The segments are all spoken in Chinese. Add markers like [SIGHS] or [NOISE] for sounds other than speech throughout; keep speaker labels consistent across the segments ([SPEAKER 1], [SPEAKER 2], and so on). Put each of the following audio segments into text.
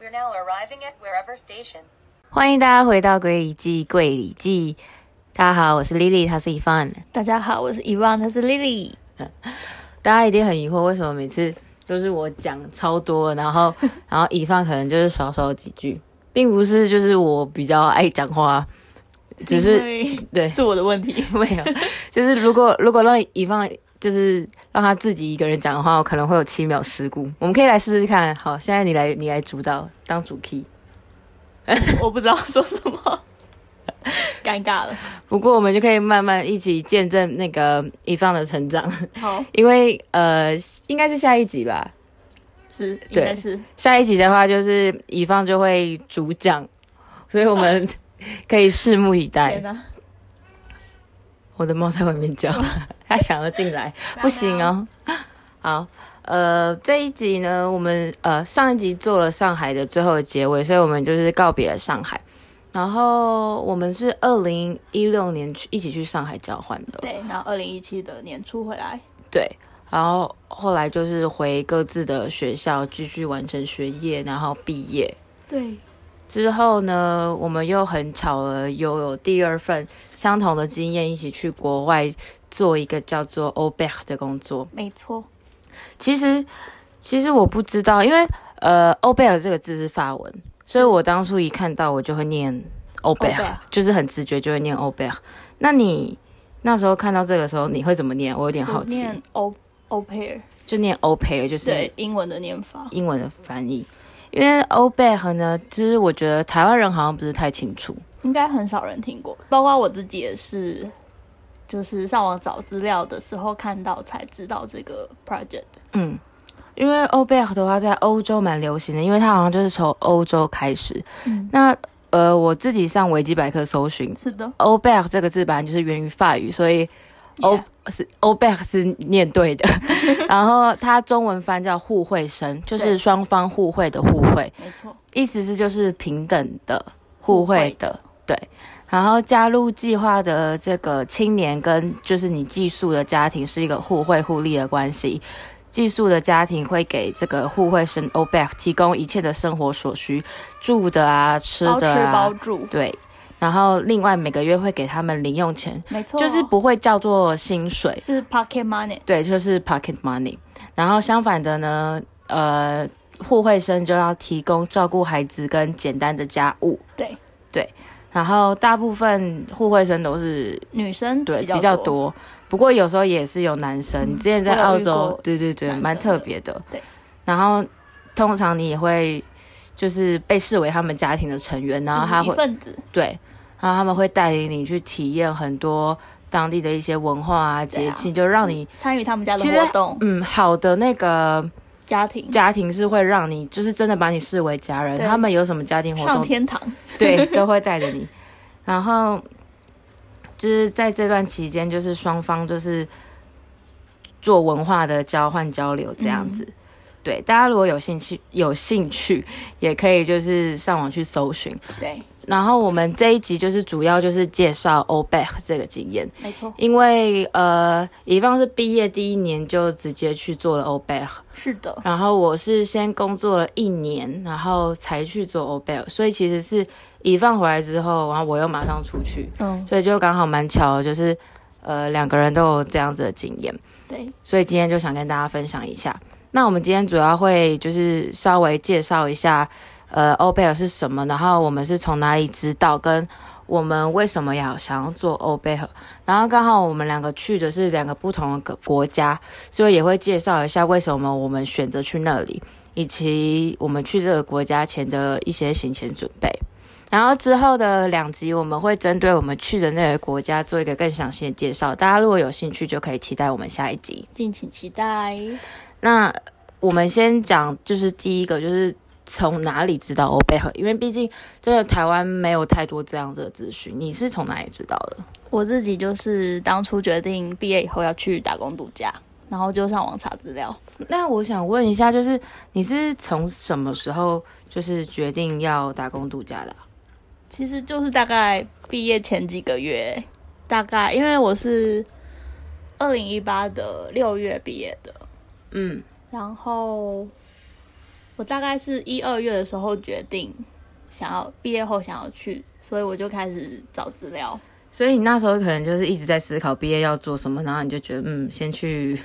[SPEAKER 1] We're now arriving at wherever station.
[SPEAKER 2] 欢迎大家回到《鬼里记》《柜里记》。大家好，我是 Lily，她是 Evan。
[SPEAKER 3] 大家好，我是遗忘，她是 Lily。
[SPEAKER 2] 大家一定很疑惑，为什么每次都是我讲超多，然后 [LAUGHS] 然后乙方可能就是少少几句，并不是就是我比较爱讲话，只是
[SPEAKER 3] 因
[SPEAKER 2] 对 [LAUGHS]
[SPEAKER 3] 为是我的问题，
[SPEAKER 2] 没有，就是如果如果让乙方就是让他自己一个人讲的话，我可能会有七秒失误。我们可以来试试看。好，现在你来你来主导当主 key。
[SPEAKER 3] 我不知道说什么， [LAUGHS] 尴尬了。
[SPEAKER 2] 不过我们就可以慢慢一起见证那个乙方的成长，
[SPEAKER 3] 好，
[SPEAKER 2] 因为呃应该是下一集吧，
[SPEAKER 3] 是应
[SPEAKER 2] 对
[SPEAKER 3] 该是
[SPEAKER 2] 下一集的话，就是乙方就会主讲，所以我们 [LAUGHS] 可以拭目以待
[SPEAKER 3] 哦天。哪，
[SPEAKER 2] 我的猫在外面
[SPEAKER 3] [LAUGHS]
[SPEAKER 2] 叫，它想要进来，不行哦。 [LAUGHS] 好，呃，这一集呢，我们呃上一集做了上海的最后的结尾，所以我们就是告别了上海。然后我们是二零一六年去一起去上海交换的，
[SPEAKER 3] 对，然后二零一七的年初回来，
[SPEAKER 2] 对，然后后来就是回各自的学校继续完成学业，然后毕业。
[SPEAKER 3] 对，
[SPEAKER 2] 之后呢，我们又很巧了，又有第二份相同的经验，一起去国外做一个叫做 o b e c 的工作。
[SPEAKER 3] 没错，
[SPEAKER 2] 其实，其实我不知道，因为呃 o b e c 这个字是法文，所以我当初一看到我就会念 o b e c
[SPEAKER 3] Aubert
[SPEAKER 2] 就是很直觉就会念 o b e c 那你那时候看到这个时候，你会怎么念？我有点好
[SPEAKER 3] 我
[SPEAKER 2] 奇，
[SPEAKER 3] 念 o o pair，
[SPEAKER 2] 就念 o p e 就是
[SPEAKER 3] 对，英文的念法，
[SPEAKER 2] 英文的翻译。因为 o b e c 呢，就是我觉得台湾人好像不是太清楚。
[SPEAKER 3] 应该很少人听过，包括我自己也是，就是上网找资料的时候看到才知道这个 project。
[SPEAKER 2] 嗯，因为 o b e 的话在欧洲蛮流行的，因为它好像就是从欧洲开始。
[SPEAKER 3] 嗯，
[SPEAKER 2] 那呃，我自己上维基百科搜寻
[SPEAKER 3] 是的
[SPEAKER 2] o b e 这个字本来就是源于法语，所以 O 是 o b e 是念对的。然后它中文翻叫互惠生，就是
[SPEAKER 3] 对
[SPEAKER 2] 双方互惠的互惠，
[SPEAKER 3] 没错，
[SPEAKER 2] 意思是就是平等的互
[SPEAKER 3] 互惠
[SPEAKER 2] 惠的。对，然后加入计划的这个青年跟就是你寄宿的家庭是一个互惠互利的关系。寄宿的家庭会给这个互惠生 o b e c 提供一切的生活所需，住的啊，吃
[SPEAKER 3] 包吃
[SPEAKER 2] 的啊，
[SPEAKER 3] 包住，
[SPEAKER 2] 对。然后另外每个月会给他们零用钱，
[SPEAKER 3] 没错，
[SPEAKER 2] 就是不会叫做薪水，
[SPEAKER 3] 是 pocket money，
[SPEAKER 2] 对，就是 pocket money。然后相反的呢，呃，互惠生就要提供照顾孩子跟简单的家务。
[SPEAKER 3] 对
[SPEAKER 2] 对，然后大部分互惠生都是
[SPEAKER 3] 女生
[SPEAKER 2] 对
[SPEAKER 3] 嗯比较嗯
[SPEAKER 2] 比较。多，不过有时候也是有男生。之前在
[SPEAKER 3] 我有
[SPEAKER 2] 澳
[SPEAKER 3] 遇
[SPEAKER 2] 洲
[SPEAKER 3] 过，
[SPEAKER 2] 对对对，
[SPEAKER 3] 男生
[SPEAKER 2] 蛮特
[SPEAKER 3] 的
[SPEAKER 2] 别的。
[SPEAKER 3] 对，
[SPEAKER 2] 然后通常你也会就是被视为他们家庭的成员，然后他
[SPEAKER 3] 就是
[SPEAKER 2] 会
[SPEAKER 3] 嗯一份子，
[SPEAKER 2] 对，然后他们会带领你去体验很多当地的一些文化啊、
[SPEAKER 3] 对
[SPEAKER 2] 节
[SPEAKER 3] 啊
[SPEAKER 2] 庆，就让你
[SPEAKER 3] 参与他们家的
[SPEAKER 2] 其实
[SPEAKER 3] 活动，
[SPEAKER 2] 嗯好的那个
[SPEAKER 3] 家庭
[SPEAKER 2] 家庭是会让你就是真的把你视为家人，
[SPEAKER 3] 对
[SPEAKER 2] 他们有什么家庭活
[SPEAKER 3] 上
[SPEAKER 2] 动，
[SPEAKER 3] 天堂，
[SPEAKER 2] 对，都会带着你。然后就是在这段期间，就是双方就是做文化的交换交流这样
[SPEAKER 3] 嗯
[SPEAKER 2] 子。对，大家如果有兴趣，有兴趣也可以就是上网去搜寻。
[SPEAKER 3] 对，
[SPEAKER 2] 然后我们这一集就是主要就是介绍 OBEC 这个经验，
[SPEAKER 3] 没错，
[SPEAKER 2] 因为呃，乙方是毕业第一年就直接去做了 OBEC，
[SPEAKER 3] 是的，
[SPEAKER 2] 然后我是先工作了一年，然后才去做 OBEC，所以其实是乙方回来之后，然后我又马上出去，
[SPEAKER 3] 嗯，
[SPEAKER 2] 所以就刚好蛮巧的，就是呃两个人都有这样子的经验。
[SPEAKER 3] 对，
[SPEAKER 2] 所以今天就想跟大家分享一下。那我们今天主要会就是稍微介绍一下，呃 o p e r 是什么，然后我们是从哪里知道，跟我们为什么要想要做 o p e r 然后刚好我们两个去的是两个不同的国家，所以也会介绍一下为什么我们选择去那里，以及我们去这个国家前的一些行前准备。然后之后的两集，我们会针对我们去的那个国家做一个更详细的介绍。大家如果有兴趣，就可以期待我们下一集。
[SPEAKER 3] 敬请期待。
[SPEAKER 2] 那我们先讲，就是第一个，就是从哪里知道欧贝和？因为毕竟真的台湾没有太多这样子的资讯。你是从哪里知道的？
[SPEAKER 3] 我自己就是当初决定毕业以后要去打工度假，然后就上网查资料。
[SPEAKER 2] 那我想问一下，就是你是从什么时候就是决定要打工度假的啊、
[SPEAKER 3] 其实就是大概毕业前几个月，大概因为我是二零一八的六月毕业的，
[SPEAKER 2] 嗯，
[SPEAKER 3] 然后我大概是一二月的时候决定想要毕业后想要去，所以我就开始找资料。
[SPEAKER 2] 所以你那时候可能就是一直在思考毕业要做什么，然后你就觉得嗯，先去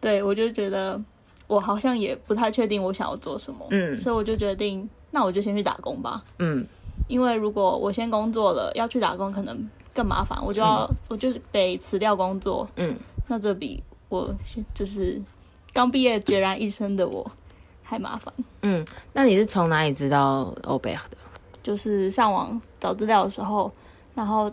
[SPEAKER 3] 对我就觉得我好像也不太确定我想要做什么，
[SPEAKER 2] 嗯
[SPEAKER 3] 所以我就决定，那我就先去打工吧。
[SPEAKER 2] 嗯
[SPEAKER 3] 因为如果我先工作了，要去打工可能更麻烦，我就要、我就是得辞掉工作，
[SPEAKER 2] 嗯，
[SPEAKER 3] 那这比我先就是刚毕业孑然一身的我还麻烦。
[SPEAKER 2] 嗯那你是从哪里知道欧贝的？
[SPEAKER 3] 就是上网找资料的时候，然后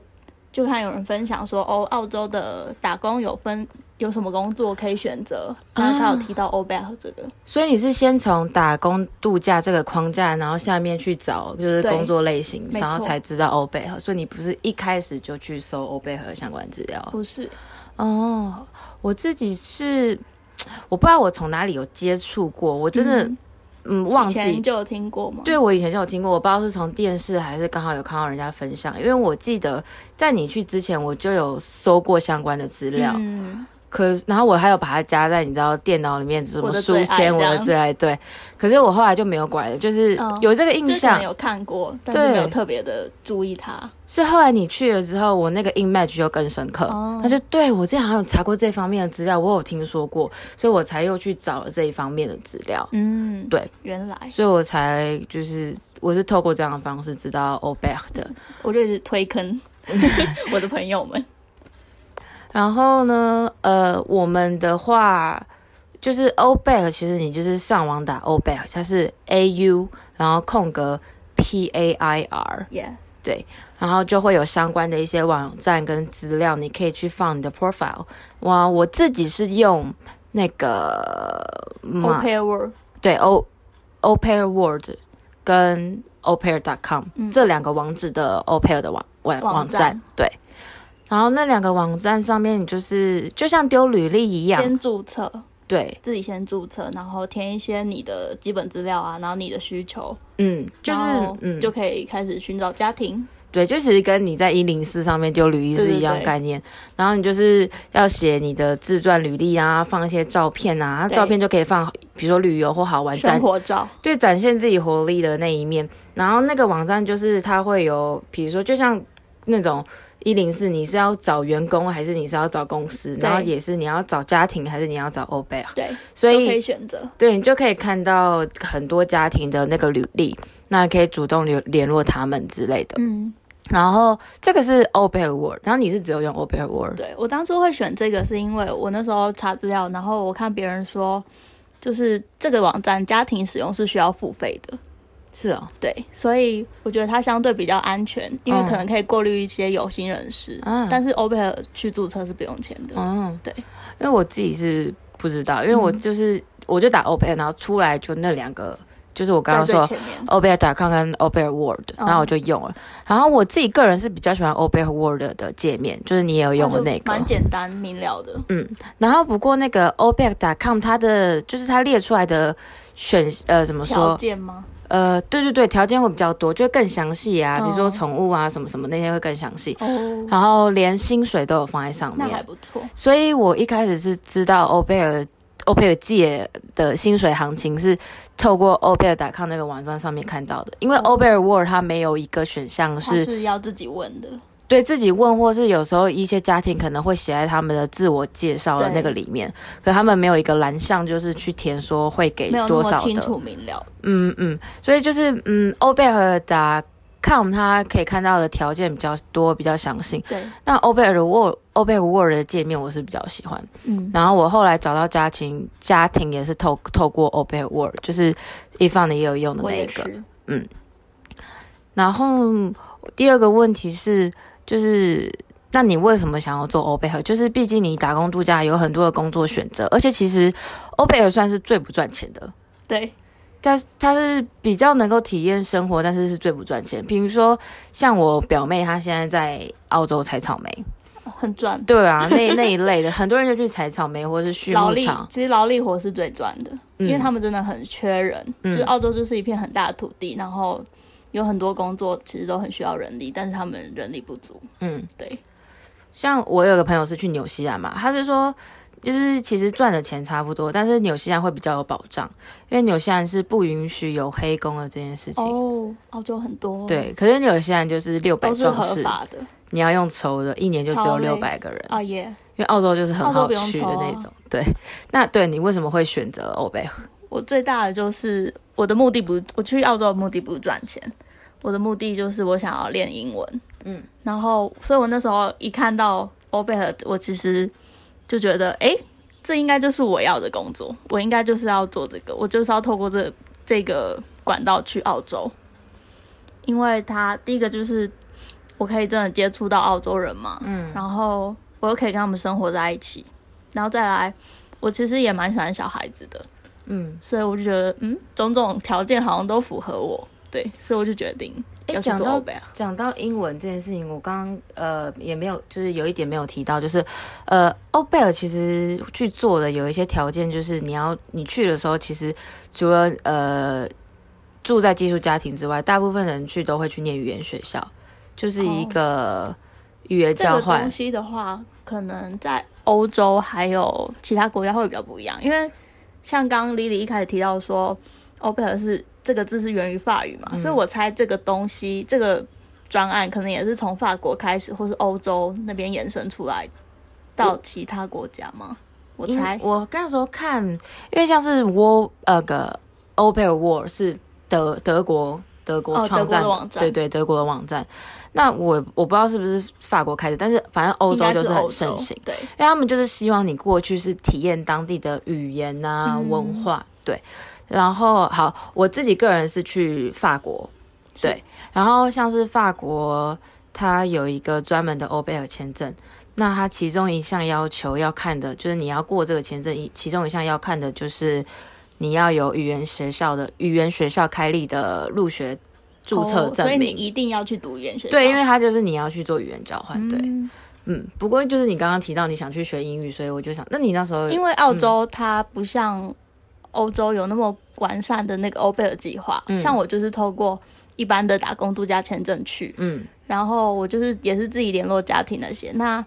[SPEAKER 3] 就看有人分享说，哦，澳洲的打工有分有什么工作可以选择，
[SPEAKER 2] 啊
[SPEAKER 3] 然后他有提到 o b a 这个，
[SPEAKER 2] 所以你是先从打工度假这个框架，然后下面去找就是
[SPEAKER 3] 对
[SPEAKER 2] 工作类型，
[SPEAKER 3] 没错
[SPEAKER 2] 然后才知道欧贝和。所以你不是一开始就去搜
[SPEAKER 3] 嗯
[SPEAKER 2] 欧贝和相关资料
[SPEAKER 3] 不是
[SPEAKER 2] 哦。我自己是我不知道我从哪里有接触过，我真的
[SPEAKER 3] 嗯
[SPEAKER 2] 嗯忘
[SPEAKER 3] 以前
[SPEAKER 2] 记。
[SPEAKER 3] 就有听过吗？
[SPEAKER 2] 对，我以前就有听过，我不知道是从电视还是刚好有看到人家分享，因为我记得在你去之前我就有搜过相关的资料，
[SPEAKER 3] 嗯，
[SPEAKER 2] 可是，然后我还有把它加在你知道电脑里面，什么
[SPEAKER 3] 我的
[SPEAKER 2] 书
[SPEAKER 3] 最爱
[SPEAKER 2] 签，我
[SPEAKER 3] 这
[SPEAKER 2] 的
[SPEAKER 3] 样
[SPEAKER 2] 最爱。对，可是我后来就没有管了，就是
[SPEAKER 3] 嗯
[SPEAKER 2] 有这个印
[SPEAKER 3] 就可
[SPEAKER 2] 象
[SPEAKER 3] 能。有看过，但是
[SPEAKER 2] 对
[SPEAKER 3] 没有特别的注意它。
[SPEAKER 2] 是后来你去了之后，我那个 image 就更深刻。
[SPEAKER 3] 哦
[SPEAKER 2] 他就对我之前好像有查过这方面的资料，我有听说过，所以我才又去找了这一方面的资料。
[SPEAKER 3] 嗯，
[SPEAKER 2] 对，
[SPEAKER 3] 原来
[SPEAKER 2] 所以我才就是我是透过这样的方式知道 o b e c 的。
[SPEAKER 3] 我就一直推
[SPEAKER 2] [LAUGHS]
[SPEAKER 3] 坑我的朋友们。
[SPEAKER 2] 然后呢，呃，我们的话就是 o b e c 其实你就是上网打 o b e c 它是 A U，然后空格 P A I R，
[SPEAKER 3] Yeah，
[SPEAKER 2] 然后就会有相关的一些网站跟资料，你可以去放你的 profile。哇，我自己是用那个
[SPEAKER 3] o
[SPEAKER 2] 嘛
[SPEAKER 3] p a World，
[SPEAKER 2] 对 O o p a i r World 跟 o p a i r c o m、
[SPEAKER 3] 嗯
[SPEAKER 2] 这两个网址的 o p a i r 的网网
[SPEAKER 3] 网站
[SPEAKER 2] 站，对。然后那两个网站上面，你就是就像丢履历一样，
[SPEAKER 3] 先注册，
[SPEAKER 2] 对，
[SPEAKER 3] 自己先注册，然后填一些你的基本资料啊，然后你的需求，
[SPEAKER 2] 嗯，就是
[SPEAKER 3] 然后
[SPEAKER 2] 嗯，
[SPEAKER 3] 就可以开始寻找家庭。
[SPEAKER 2] 对，就其实跟你在一零四上面丢履历是一样
[SPEAKER 3] 对对对
[SPEAKER 2] 概念。然后你就是要写你的自传履历啊，放一些照片啊，
[SPEAKER 3] 对
[SPEAKER 2] 照片就可以放，比如说旅游或好玩展
[SPEAKER 3] 生活照，
[SPEAKER 2] 对，展现自己活力的那一面。然后那个网站就是它会有，比如说就像那种一零四，你是要找员工还是你是要找公司，
[SPEAKER 3] 对
[SPEAKER 2] 然后也是你要找家庭还是你要找欧贝尔，啊
[SPEAKER 3] 对，
[SPEAKER 2] 所
[SPEAKER 3] 都可
[SPEAKER 2] 以
[SPEAKER 3] 以选择。
[SPEAKER 2] 对你就可以看到很多家庭的那个履历，那可以主动联联络他们之类的。
[SPEAKER 3] 嗯，
[SPEAKER 2] 然后这个是欧贝尔 Word，然后你是只有用欧贝尔 Word，
[SPEAKER 3] 对我当初会选这个，是因为我那时候查资料，然后我看别人说，就是这个网站家庭使用是需要付费的，
[SPEAKER 2] 是哦，
[SPEAKER 3] 对，所以我觉得它相对比较安全，因为
[SPEAKER 2] 嗯
[SPEAKER 3] 可能可以过滤一些有心人士，
[SPEAKER 2] 嗯
[SPEAKER 3] 但是 o p e 去注册是不用钱的。
[SPEAKER 2] 嗯，
[SPEAKER 3] 对，嗯
[SPEAKER 2] 因为我自己是不知道，因为我就是、我就打 o p e 然后出来就那两个，就是我刚刚
[SPEAKER 3] 在
[SPEAKER 2] 说
[SPEAKER 3] 最前面，
[SPEAKER 2] o p e 打 com 跟 o p e Word，
[SPEAKER 3] 嗯
[SPEAKER 2] 然后我就用了。然后我自己个人是比较喜欢 o p e Word 的界面，就是你也有用的那
[SPEAKER 3] 哦它就
[SPEAKER 2] 个
[SPEAKER 3] 蛮。简单明了的。
[SPEAKER 2] 然后不过那个 o p e com 它的就是它列出来的选呃怎么
[SPEAKER 3] 条
[SPEAKER 2] 说
[SPEAKER 3] 件吗？
[SPEAKER 2] 呃对对对条件会比较多，就会更详细啊，
[SPEAKER 3] 嗯
[SPEAKER 2] 比如说宠物啊什么什么那些会更详细。
[SPEAKER 3] 哦，
[SPEAKER 2] 然后连薪水都有放在上
[SPEAKER 3] 那
[SPEAKER 2] 面，
[SPEAKER 3] 还不错。
[SPEAKER 2] 所以我一开始是知道欧贝尔欧贝尔界的薪水行情是透过欧贝尔 .com 那个网站上面看到的，因为
[SPEAKER 3] 哦
[SPEAKER 2] 欧贝尔 World 它没有一个选项
[SPEAKER 3] 他
[SPEAKER 2] 是
[SPEAKER 3] 是要自己问的，
[SPEAKER 2] 对自己问，或是有时候一些家庭可能会写在他们的自我介绍的
[SPEAKER 3] 对
[SPEAKER 2] 那个里面，可他们没有一个栏项就是去填说会给
[SPEAKER 3] 没有那
[SPEAKER 2] 多
[SPEAKER 3] 么
[SPEAKER 2] 少
[SPEAKER 3] 清
[SPEAKER 2] 的，
[SPEAKER 3] 楚明了。
[SPEAKER 2] 嗯嗯，所以就是嗯欧贝尔 .com 它可以看到的条件比较多，比较详细。
[SPEAKER 3] 对，
[SPEAKER 2] 那欧贝尔 Word 欧贝尔 Word 的界面我是比较喜欢。
[SPEAKER 3] 嗯，
[SPEAKER 2] 然后我后来找到家庭，家庭也是透透过 o p e Word，就是一放的也有用的
[SPEAKER 3] 我
[SPEAKER 2] 那一
[SPEAKER 3] 也
[SPEAKER 2] 个。
[SPEAKER 3] 是。
[SPEAKER 2] 然后第二个问题是，就是那你为什么想要做 o p e 就是毕竟你打工度假有很多的工作选择，而且其实 o p e 算是最不赚钱的。
[SPEAKER 3] 对，
[SPEAKER 2] 但是它是比较能够体验生活，但是是最不赚钱。比如说，像我表妹，她现在在澳洲采草莓，
[SPEAKER 3] 很赚。
[SPEAKER 2] 对啊，那那一类的，很多人就去采草莓或是畜
[SPEAKER 3] 劳
[SPEAKER 2] 牧
[SPEAKER 3] 力
[SPEAKER 2] 场，
[SPEAKER 3] 其实劳力活是最赚的，
[SPEAKER 2] 嗯
[SPEAKER 3] 因为他们真的很缺人。
[SPEAKER 2] 嗯
[SPEAKER 3] 就是澳洲就是一片很大的土地，然后有很多工作其实都很需要人力，但是他们人力不足。
[SPEAKER 2] 嗯，
[SPEAKER 3] 对。
[SPEAKER 2] 像我有个朋友是去纽西兰嘛，他是说就是其实赚的钱差不多，但是纽西兰会比较有保障，因为纽西兰是不允许有黑工的这件事情。
[SPEAKER 3] 哦，澳洲很多，，
[SPEAKER 2] 对，可是纽西兰就是六百
[SPEAKER 3] 都是
[SPEAKER 2] 壮
[SPEAKER 3] 合
[SPEAKER 2] 士，
[SPEAKER 3] 法的
[SPEAKER 2] 你要用抽的，一年就只有
[SPEAKER 3] 超累
[SPEAKER 2] 六百个人，
[SPEAKER 3] 啊耶。
[SPEAKER 2] 因为澳洲就是很
[SPEAKER 3] 澳洲
[SPEAKER 2] 好
[SPEAKER 3] 不用
[SPEAKER 2] 去的
[SPEAKER 3] 抽啊
[SPEAKER 2] 那种。对，那对你为什么会选择欧贝河？
[SPEAKER 3] 我最大的就是我的目的不，我去澳洲的目的不是赚钱，我的目的就是我想要练英文。
[SPEAKER 2] 嗯，
[SPEAKER 3] 然后，所以我那时候一看到欧贝尔，我其实就觉得，诶，这应该就是我要的工作，我应该就是要做这个，我就是要透过这这个管道去澳洲，因为它第一个就是我可以真的接触到澳洲人嘛，
[SPEAKER 2] 嗯
[SPEAKER 3] 然后我又可以跟他们生活在一起，然后再来，我其实也蛮喜欢小孩子的，
[SPEAKER 2] 嗯，
[SPEAKER 3] 所以我就觉得，嗯，种种条件好像都符合我，对，所以我就决定
[SPEAKER 2] 诶
[SPEAKER 3] 要去
[SPEAKER 2] 讲
[SPEAKER 3] 做
[SPEAKER 2] 到
[SPEAKER 3] 欧贝尔。
[SPEAKER 2] 讲到英文这件事情，我刚刚呃也没有，就是有一点没有提到，就是呃，欧贝尔其实去做的有一些条件，就是你要你去的时候，其实除了呃住在寄宿家庭之外，大部分人去都会去念语言学校，就是一个语言
[SPEAKER 3] 哦这个
[SPEAKER 2] 交换。
[SPEAKER 3] 东西的话，可能在欧洲还有其他国家会比较不一样，因为像刚刚 Lily 一开始提到说，欧贝尔是这个字是源于法语
[SPEAKER 2] 嗯
[SPEAKER 3] 嘛，所以我猜这个东西这个专案可能也是从法国开始，或是欧洲那边延伸出来到其他国家吗？我
[SPEAKER 2] 因
[SPEAKER 3] 猜
[SPEAKER 2] 我那时候看，因为像是 War 那个 o p e r War 是德德国德国
[SPEAKER 3] 哦
[SPEAKER 2] 创
[SPEAKER 3] 德国
[SPEAKER 2] 办
[SPEAKER 3] 的网站
[SPEAKER 2] 对对德国的网站。那我我不知道是不是法国开始，但是反正欧
[SPEAKER 3] 应
[SPEAKER 2] 洲
[SPEAKER 3] 该
[SPEAKER 2] 就是是
[SPEAKER 3] 欧
[SPEAKER 2] 很
[SPEAKER 3] 洲
[SPEAKER 2] 盛行，
[SPEAKER 3] 对，
[SPEAKER 2] 因为他们就是希望你过去是体验当地的语言呐、
[SPEAKER 3] 嗯
[SPEAKER 2] 文化，对。然后好，我自己个人是去法国，对，然后像是法国，它有一个专门的欧贝尔签证，那它其中一项要求要看的就是你要过这个签证，一其中一项要看的就是你要有语言学校的语言学校开立的入学注册
[SPEAKER 3] 哦所以
[SPEAKER 2] 证
[SPEAKER 3] 你
[SPEAKER 2] 明。
[SPEAKER 3] 一定要去读语言学校，
[SPEAKER 2] 对，因为它就是你要去做语言交换，对，
[SPEAKER 3] 嗯
[SPEAKER 2] 嗯，不过就是你刚刚提到你想去学英语，所以我就想，那你那时候
[SPEAKER 3] 因为澳洲它不像欧洲有那么完善的那个欧贝尔计划，
[SPEAKER 2] 嗯
[SPEAKER 3] 像我就是透过一般的打工度假签证去，
[SPEAKER 2] 嗯
[SPEAKER 3] 然后我就是也是自己联络家庭那些。那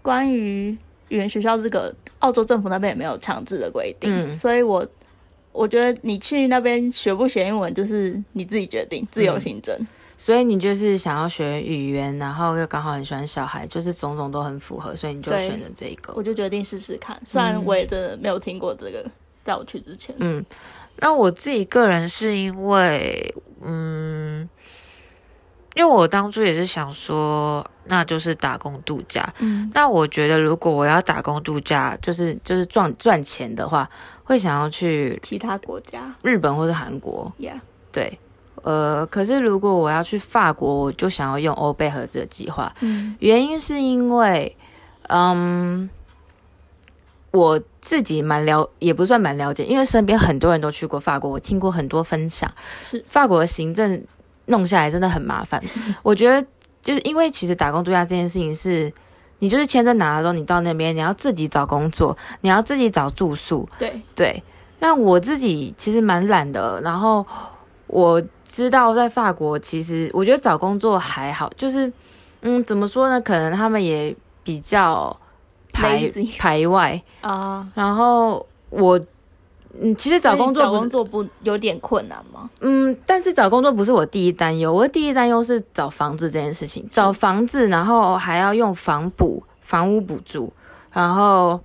[SPEAKER 3] 关于语言学校这个，澳洲政府那边也没有强制的规定，
[SPEAKER 2] 嗯
[SPEAKER 3] 所以我我觉得你去那边学不学英文就是你自己决定，自由行政。
[SPEAKER 2] 所以你就是想要学语言，然后又刚好很喜欢小孩，就是种种都很符合，所以你就
[SPEAKER 3] 对
[SPEAKER 2] 选择这一个。
[SPEAKER 3] 我就决定试试看，虽然我也真的没有听过这个，在我去之前，
[SPEAKER 2] 嗯，那我自己个人是因为，嗯，
[SPEAKER 4] 因为我当初也是想说，那就是打工度假。
[SPEAKER 3] 嗯，
[SPEAKER 4] 那我觉得，如果我要打工度假，
[SPEAKER 2] 就是就是赚赚钱的话，会想要去
[SPEAKER 3] 其他国家
[SPEAKER 2] 日本或是韩国，
[SPEAKER 3] ，Yeah。
[SPEAKER 2] 对。呃，可是如果我要去法国，我就想要用欧贝合这计划，
[SPEAKER 3] 嗯，
[SPEAKER 2] 原因是因为，嗯，我自己蛮了，也不算蛮了解，因为身边很多人都去过法国，我听过很多分享，
[SPEAKER 3] 是
[SPEAKER 2] 法国的行政弄下来真的很麻烦。我觉得就是因为其实打工度假这件事情是。你就是签证拿了之后，你到那边你要自己找工作，你要自己找住宿，
[SPEAKER 3] 对，
[SPEAKER 2] 对，那我自己其实蛮懒的，然后我知道在法国，其实我觉得找工作还好，就是嗯，怎么说呢？可能他们也比较排
[SPEAKER 3] Lazy
[SPEAKER 2] 排外，
[SPEAKER 3] 啊，
[SPEAKER 2] 然后我嗯，其实找工作
[SPEAKER 3] 找
[SPEAKER 2] 不是
[SPEAKER 3] 工作不有点困难吗？
[SPEAKER 2] 嗯，但是找工作不是我第一担忧，我的第一担忧是找房子这件事情，找房子，然后还要用房补、房屋补助，然后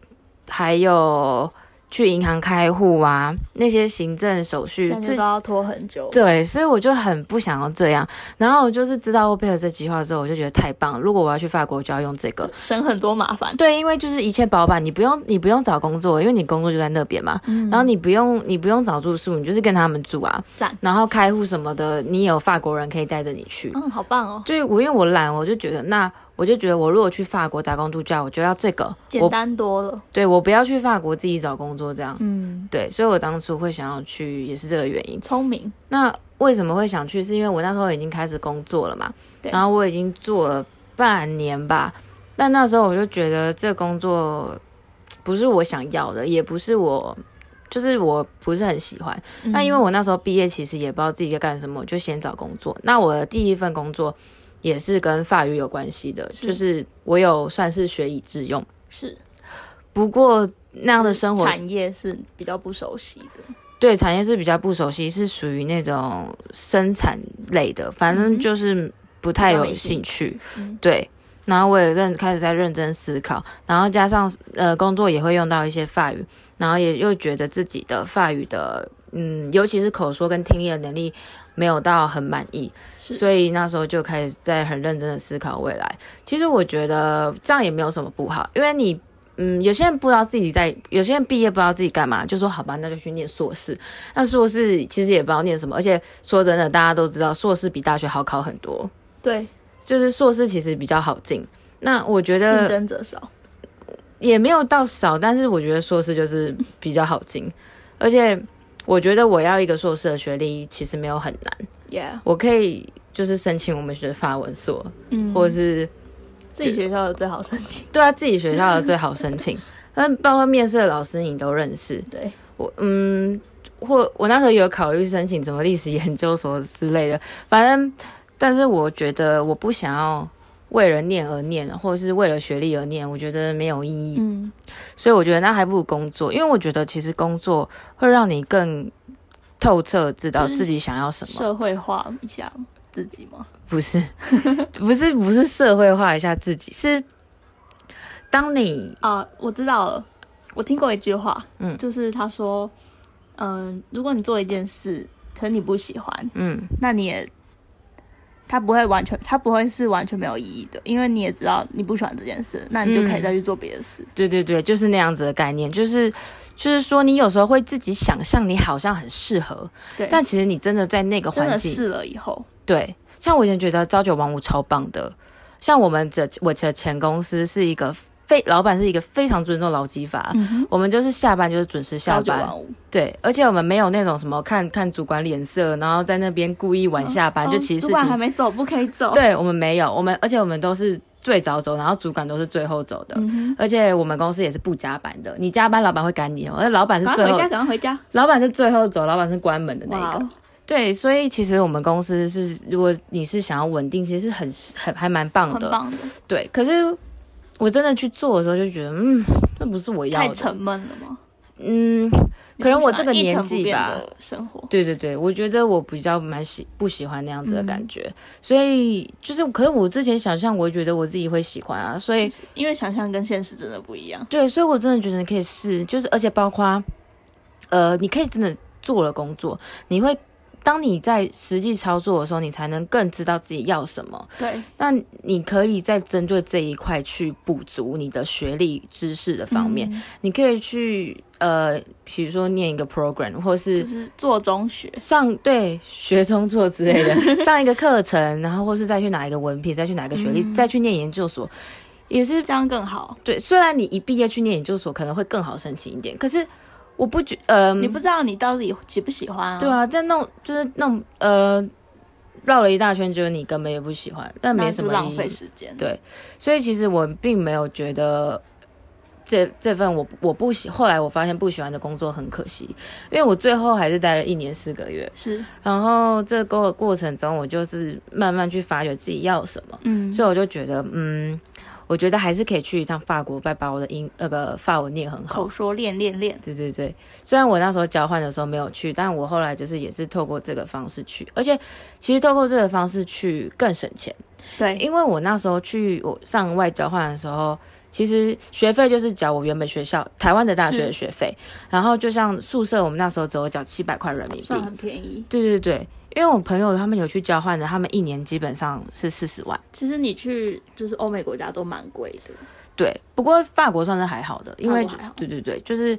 [SPEAKER 2] 还有去银行开户啊，那些行政手续
[SPEAKER 3] 感觉
[SPEAKER 2] 自
[SPEAKER 3] 都要拖很久。
[SPEAKER 2] 对，所以我就很不想要这样。然后我就是知道欧贝尔这计划之后，我就觉得太棒了。如果我要去法国，我就要用这个。
[SPEAKER 3] 省很多麻烦。
[SPEAKER 2] 对，因为就是一切包办，你不用你不用找工作，因为你工作就在那边嘛。
[SPEAKER 3] 嗯
[SPEAKER 2] 然后你不用你不用找住宿，你就是跟他们住啊
[SPEAKER 3] 赞。
[SPEAKER 2] 然后开户什么的，你有法国人可以带着你去。
[SPEAKER 3] 嗯，好棒哦，
[SPEAKER 2] 对，我因为我懒，我就觉得那我就觉得我如果去法国打工度假，我就要这个。
[SPEAKER 3] 简
[SPEAKER 2] 我
[SPEAKER 3] 单多了。
[SPEAKER 2] 对我不要去法国自己找工作这样。
[SPEAKER 3] 嗯，
[SPEAKER 2] 对，所以我当初会想要去，也是这个原因。
[SPEAKER 3] 聪明。
[SPEAKER 2] 那为什么会想去？是因为我那时候已经开始工作了嘛，
[SPEAKER 3] 对
[SPEAKER 2] 然后我已经做了半年吧，但那时候我就觉得这工作不是我想要的，也不是我，就是我不是很喜欢。
[SPEAKER 3] 嗯
[SPEAKER 2] 那因为我那时候毕业，其实也不知道自己在干什么，我就先找工作。那我的第一份工作也是跟法语有关系的，
[SPEAKER 3] 是
[SPEAKER 2] 就是我有算是学以致用。
[SPEAKER 3] 是
[SPEAKER 2] 不过那样的生活
[SPEAKER 3] 产业是比较不熟悉的。
[SPEAKER 2] 对产业是比较不熟悉，是属于那种生产类的，反正就是不太有兴趣。
[SPEAKER 3] 嗯
[SPEAKER 2] 对，然后我也认开始在认真思考，然后加上呃工作也会用到一些法语，然后也又觉得自己的法语的嗯，尤其是口说跟听力的能力没有到很满意，
[SPEAKER 3] 是
[SPEAKER 2] 所以那时候就开始在很认真的思考未来。其实我觉得这样也没有什么不好，因为你。嗯，有些人不知道自己在，有些人毕业不知道自己干嘛，就说好吧，那就去念硕士。那硕士其实也不知道念什么，而且说真的，大家都知道硕士比大学好考很多，
[SPEAKER 3] 对，
[SPEAKER 2] 就是硕士其实比较好进。那我觉
[SPEAKER 3] 竞
[SPEAKER 2] 得
[SPEAKER 3] 争者少。
[SPEAKER 2] 也没有到少，但是我觉得硕士就是比较好进，而且我觉得我要一个硕士的学历其实没有很难，
[SPEAKER 3] Yeah，
[SPEAKER 2] 我可以就是申请我们学法文所，
[SPEAKER 3] 嗯，
[SPEAKER 2] 或者是
[SPEAKER 3] 自己学校的最好申请。
[SPEAKER 2] 对啊自己学校的最好申请，那包括面试的老师你都认识，
[SPEAKER 3] 对，
[SPEAKER 2] 我嗯，或我那时候有考虑申请什么历史研究所之类的，反正，但是我觉得我不想要为了念而念，或者是为了学历而念，我觉得没有意义，
[SPEAKER 3] 嗯，
[SPEAKER 2] 所以我觉得那还不如工作，因为我觉得其实工作会让你更透彻知道自己想要什么，
[SPEAKER 3] 社会化一下自己吗？
[SPEAKER 2] 不是，不是，不是社会化一下自己，是当你
[SPEAKER 3] 啊，我知道了，我听过一句话，
[SPEAKER 2] 嗯
[SPEAKER 3] 就是他说，嗯、如果你做一件事，可是你不喜欢，
[SPEAKER 2] 嗯。
[SPEAKER 3] 那你也，他不会完全，他不会是完全没有意义的，因为你也知道你不喜欢这件事，那你就可以
[SPEAKER 2] 嗯
[SPEAKER 3] 再去做别的事。
[SPEAKER 2] 对对对，就是那样子的概念，就是就是说，你有时候会自己想象你好像很适合，
[SPEAKER 3] 对，
[SPEAKER 2] 但其实你真的在那个
[SPEAKER 3] 真
[SPEAKER 2] 环
[SPEAKER 3] 的
[SPEAKER 2] 境，
[SPEAKER 3] 试了以后，
[SPEAKER 2] 对，像我以前觉得朝九晚五超棒的，像我们的我的前公司是一个非老板是一个非常尊重劳基法。
[SPEAKER 3] 嗯哼，
[SPEAKER 2] 我们就是下班就是准时下
[SPEAKER 3] [LAUGHS] 朝九
[SPEAKER 2] 班，
[SPEAKER 3] 晚五，
[SPEAKER 2] 对，而且我们没有那种什么看看主管脸色，然后在那边故意晚下班，就其
[SPEAKER 3] 哦
[SPEAKER 2] 实
[SPEAKER 3] 主
[SPEAKER 2] 事
[SPEAKER 3] 管还
[SPEAKER 2] 情，
[SPEAKER 3] 没走，不可以走。，
[SPEAKER 2] 对我们没有，我们而且我们都是最早走，然后主管都是最后走的，
[SPEAKER 3] 嗯哼，
[SPEAKER 2] 而且我们公司也是不加班的，你加班老板会赶你哦，而老板是
[SPEAKER 3] 赶
[SPEAKER 2] 最
[SPEAKER 3] 快回
[SPEAKER 2] 后
[SPEAKER 3] 家，，赶快回家。
[SPEAKER 2] 老板是最后走，老板是关门的那一个
[SPEAKER 3] 哦。，
[SPEAKER 2] 对，所以其实我们公司是，如果你是想要稳定，其实很很还蛮棒
[SPEAKER 3] 很
[SPEAKER 2] 的。
[SPEAKER 3] 棒的，
[SPEAKER 2] 对，可是我真的去做的时候就觉得，嗯，这不是我要
[SPEAKER 3] 太
[SPEAKER 2] 的
[SPEAKER 3] 沉。闷了吗？
[SPEAKER 2] 嗯，
[SPEAKER 3] 你
[SPEAKER 2] 可能
[SPEAKER 3] 不
[SPEAKER 2] 我
[SPEAKER 3] 喜
[SPEAKER 2] 这
[SPEAKER 3] 欢
[SPEAKER 2] 个
[SPEAKER 3] 一
[SPEAKER 2] 年
[SPEAKER 3] 成不
[SPEAKER 2] 纪
[SPEAKER 3] 变
[SPEAKER 2] 吧
[SPEAKER 3] 的生活，
[SPEAKER 2] 对对对，我觉得我比较蛮喜不喜欢那样子的感觉，
[SPEAKER 3] 嗯
[SPEAKER 2] 所以就是，可是我之前想象，我会觉得我自己会喜欢啊，所以
[SPEAKER 3] 因为想象跟现实真的不一样。
[SPEAKER 2] 对，所以我真的觉得你可以试，就是而且包括，呃，你可以真的做了工作，你会当你在实际操作的时候，你才能更知道自己要什么。
[SPEAKER 3] 对，
[SPEAKER 2] 那你可以再针对这一块去补足你的学历知识的方面，
[SPEAKER 3] 嗯
[SPEAKER 2] 你可以去呃，比如说念一个 program，或是
[SPEAKER 3] 就是做中学，
[SPEAKER 2] 上对学中作之类
[SPEAKER 3] [LAUGHS]
[SPEAKER 2] 的，上一个课程，然后或是再去拿一个文凭，再去拿一个学历，
[SPEAKER 3] 嗯
[SPEAKER 2] 再去念研究所，也是
[SPEAKER 3] 这样更好。
[SPEAKER 2] 对，虽然你一毕业去念研究所可能会更好申请一点，可是我不觉，呃，
[SPEAKER 3] 你不知道你到底喜不喜欢啊？
[SPEAKER 2] 对，啊，但弄就是弄呃绕了一大圈，觉得你根本也不喜欢，那没什么
[SPEAKER 3] 浪
[SPEAKER 2] 意
[SPEAKER 3] 费
[SPEAKER 2] 义。
[SPEAKER 3] 时间。
[SPEAKER 2] 对所以其实我并没有觉得这这份我我不喜，后来我发现不喜欢的工作很可惜，因为我最后还是待了一年四个月，
[SPEAKER 3] 是，
[SPEAKER 2] 然后这个过程中我就是慢慢去发掘自己要什么。
[SPEAKER 3] 嗯，
[SPEAKER 2] 所以我就觉得，嗯，我觉得还是可以去一趟法国，再把我的英那个法文念很好
[SPEAKER 3] 口。说练练练，
[SPEAKER 2] 对对对，虽然我那时候交换的时候没有去，但我后来就是也是透过这个方式去，而且其实透过这个方式去更省钱，
[SPEAKER 3] 对，
[SPEAKER 2] 因为我那时候去我上外交换的时候，其实学费就是缴我原本学校台湾的大学的学费，然后就像宿舍我们那时候只有缴七百块人民币
[SPEAKER 3] 算，很便宜。
[SPEAKER 2] 对对对，因为我朋友他们有去交换的，他们一年基本上是四十万。
[SPEAKER 3] 其实你去就是欧美国家都蛮贵的，
[SPEAKER 2] 对，不过法国算是还好的，因为
[SPEAKER 3] 法国还好
[SPEAKER 2] 对对对，就是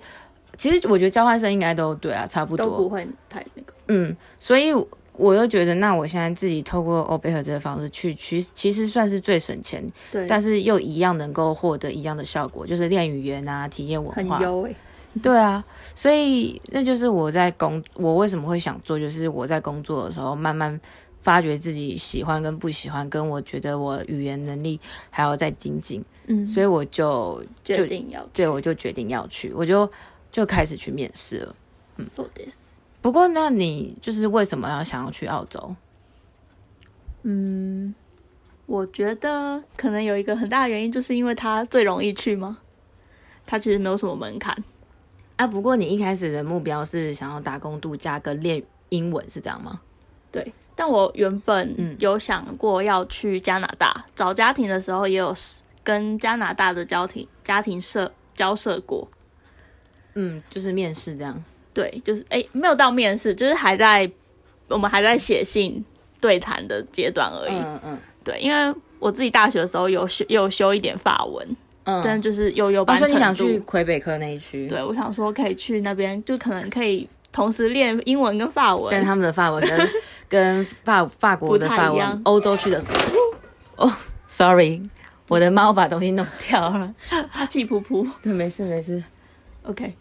[SPEAKER 2] 其实我觉得交换生应该都对啊，差不
[SPEAKER 3] 都不
[SPEAKER 2] 多。
[SPEAKER 3] 会太那个。
[SPEAKER 2] 嗯，所以我又觉得，那我现在自己透过欧贝和这个方式去，其其实算是最省钱，
[SPEAKER 3] 对，
[SPEAKER 2] 但是又一样能够获得一样的效果，就是练语言啊，体验
[SPEAKER 3] 很
[SPEAKER 2] 文化。
[SPEAKER 3] 优诶。欸
[SPEAKER 2] 对啊，所以那就是我在工，我为什么会想做，就是我在工作的时候慢慢。发掘自己喜欢跟不喜欢，跟我觉得我语言能力还要再精进，
[SPEAKER 3] 嗯，
[SPEAKER 2] 所以我就就
[SPEAKER 3] 决定要
[SPEAKER 2] 对，我就决定要去，我就就开始去面试了。
[SPEAKER 3] 做 this。
[SPEAKER 2] 不过，那你就是为什么要想要去澳洲？
[SPEAKER 3] 嗯，我觉得可能有一个很大的原因，就是因为它最容易去吗？它其实没有什么门槛。
[SPEAKER 2] 啊，不过你一开始的目标是想要打工度假跟练英文，是这样吗？
[SPEAKER 3] 对，但我原
[SPEAKER 2] 嗯
[SPEAKER 3] 本有想过要去加拿大、找家庭的时候，也有跟加拿大的家庭家庭社交涉过。
[SPEAKER 2] 嗯，就是面试这样。
[SPEAKER 3] 对，就是哎，没有到面试，就是还在我们还在写信对谈的阶段而已。
[SPEAKER 2] 嗯嗯
[SPEAKER 3] 对，因为我自己大学的时候有修有修一点法文，
[SPEAKER 2] 嗯。
[SPEAKER 3] 但就是又有
[SPEAKER 2] 我
[SPEAKER 3] 班
[SPEAKER 2] 说
[SPEAKER 3] 程度。
[SPEAKER 2] 你想去魁北克那一区，，
[SPEAKER 3] 对，我想说可以去那边，就可能可以同时练英文跟法文。
[SPEAKER 2] 但他们的法文 [LAUGHS] 跟跟法法国的法
[SPEAKER 3] 不太一
[SPEAKER 2] 文
[SPEAKER 3] 样，
[SPEAKER 2] 欧洲去的。哦、s o r r y 我的猫把东西弄掉了。
[SPEAKER 3] 他气噗噗
[SPEAKER 2] 对，没事没事。
[SPEAKER 3] ，OK，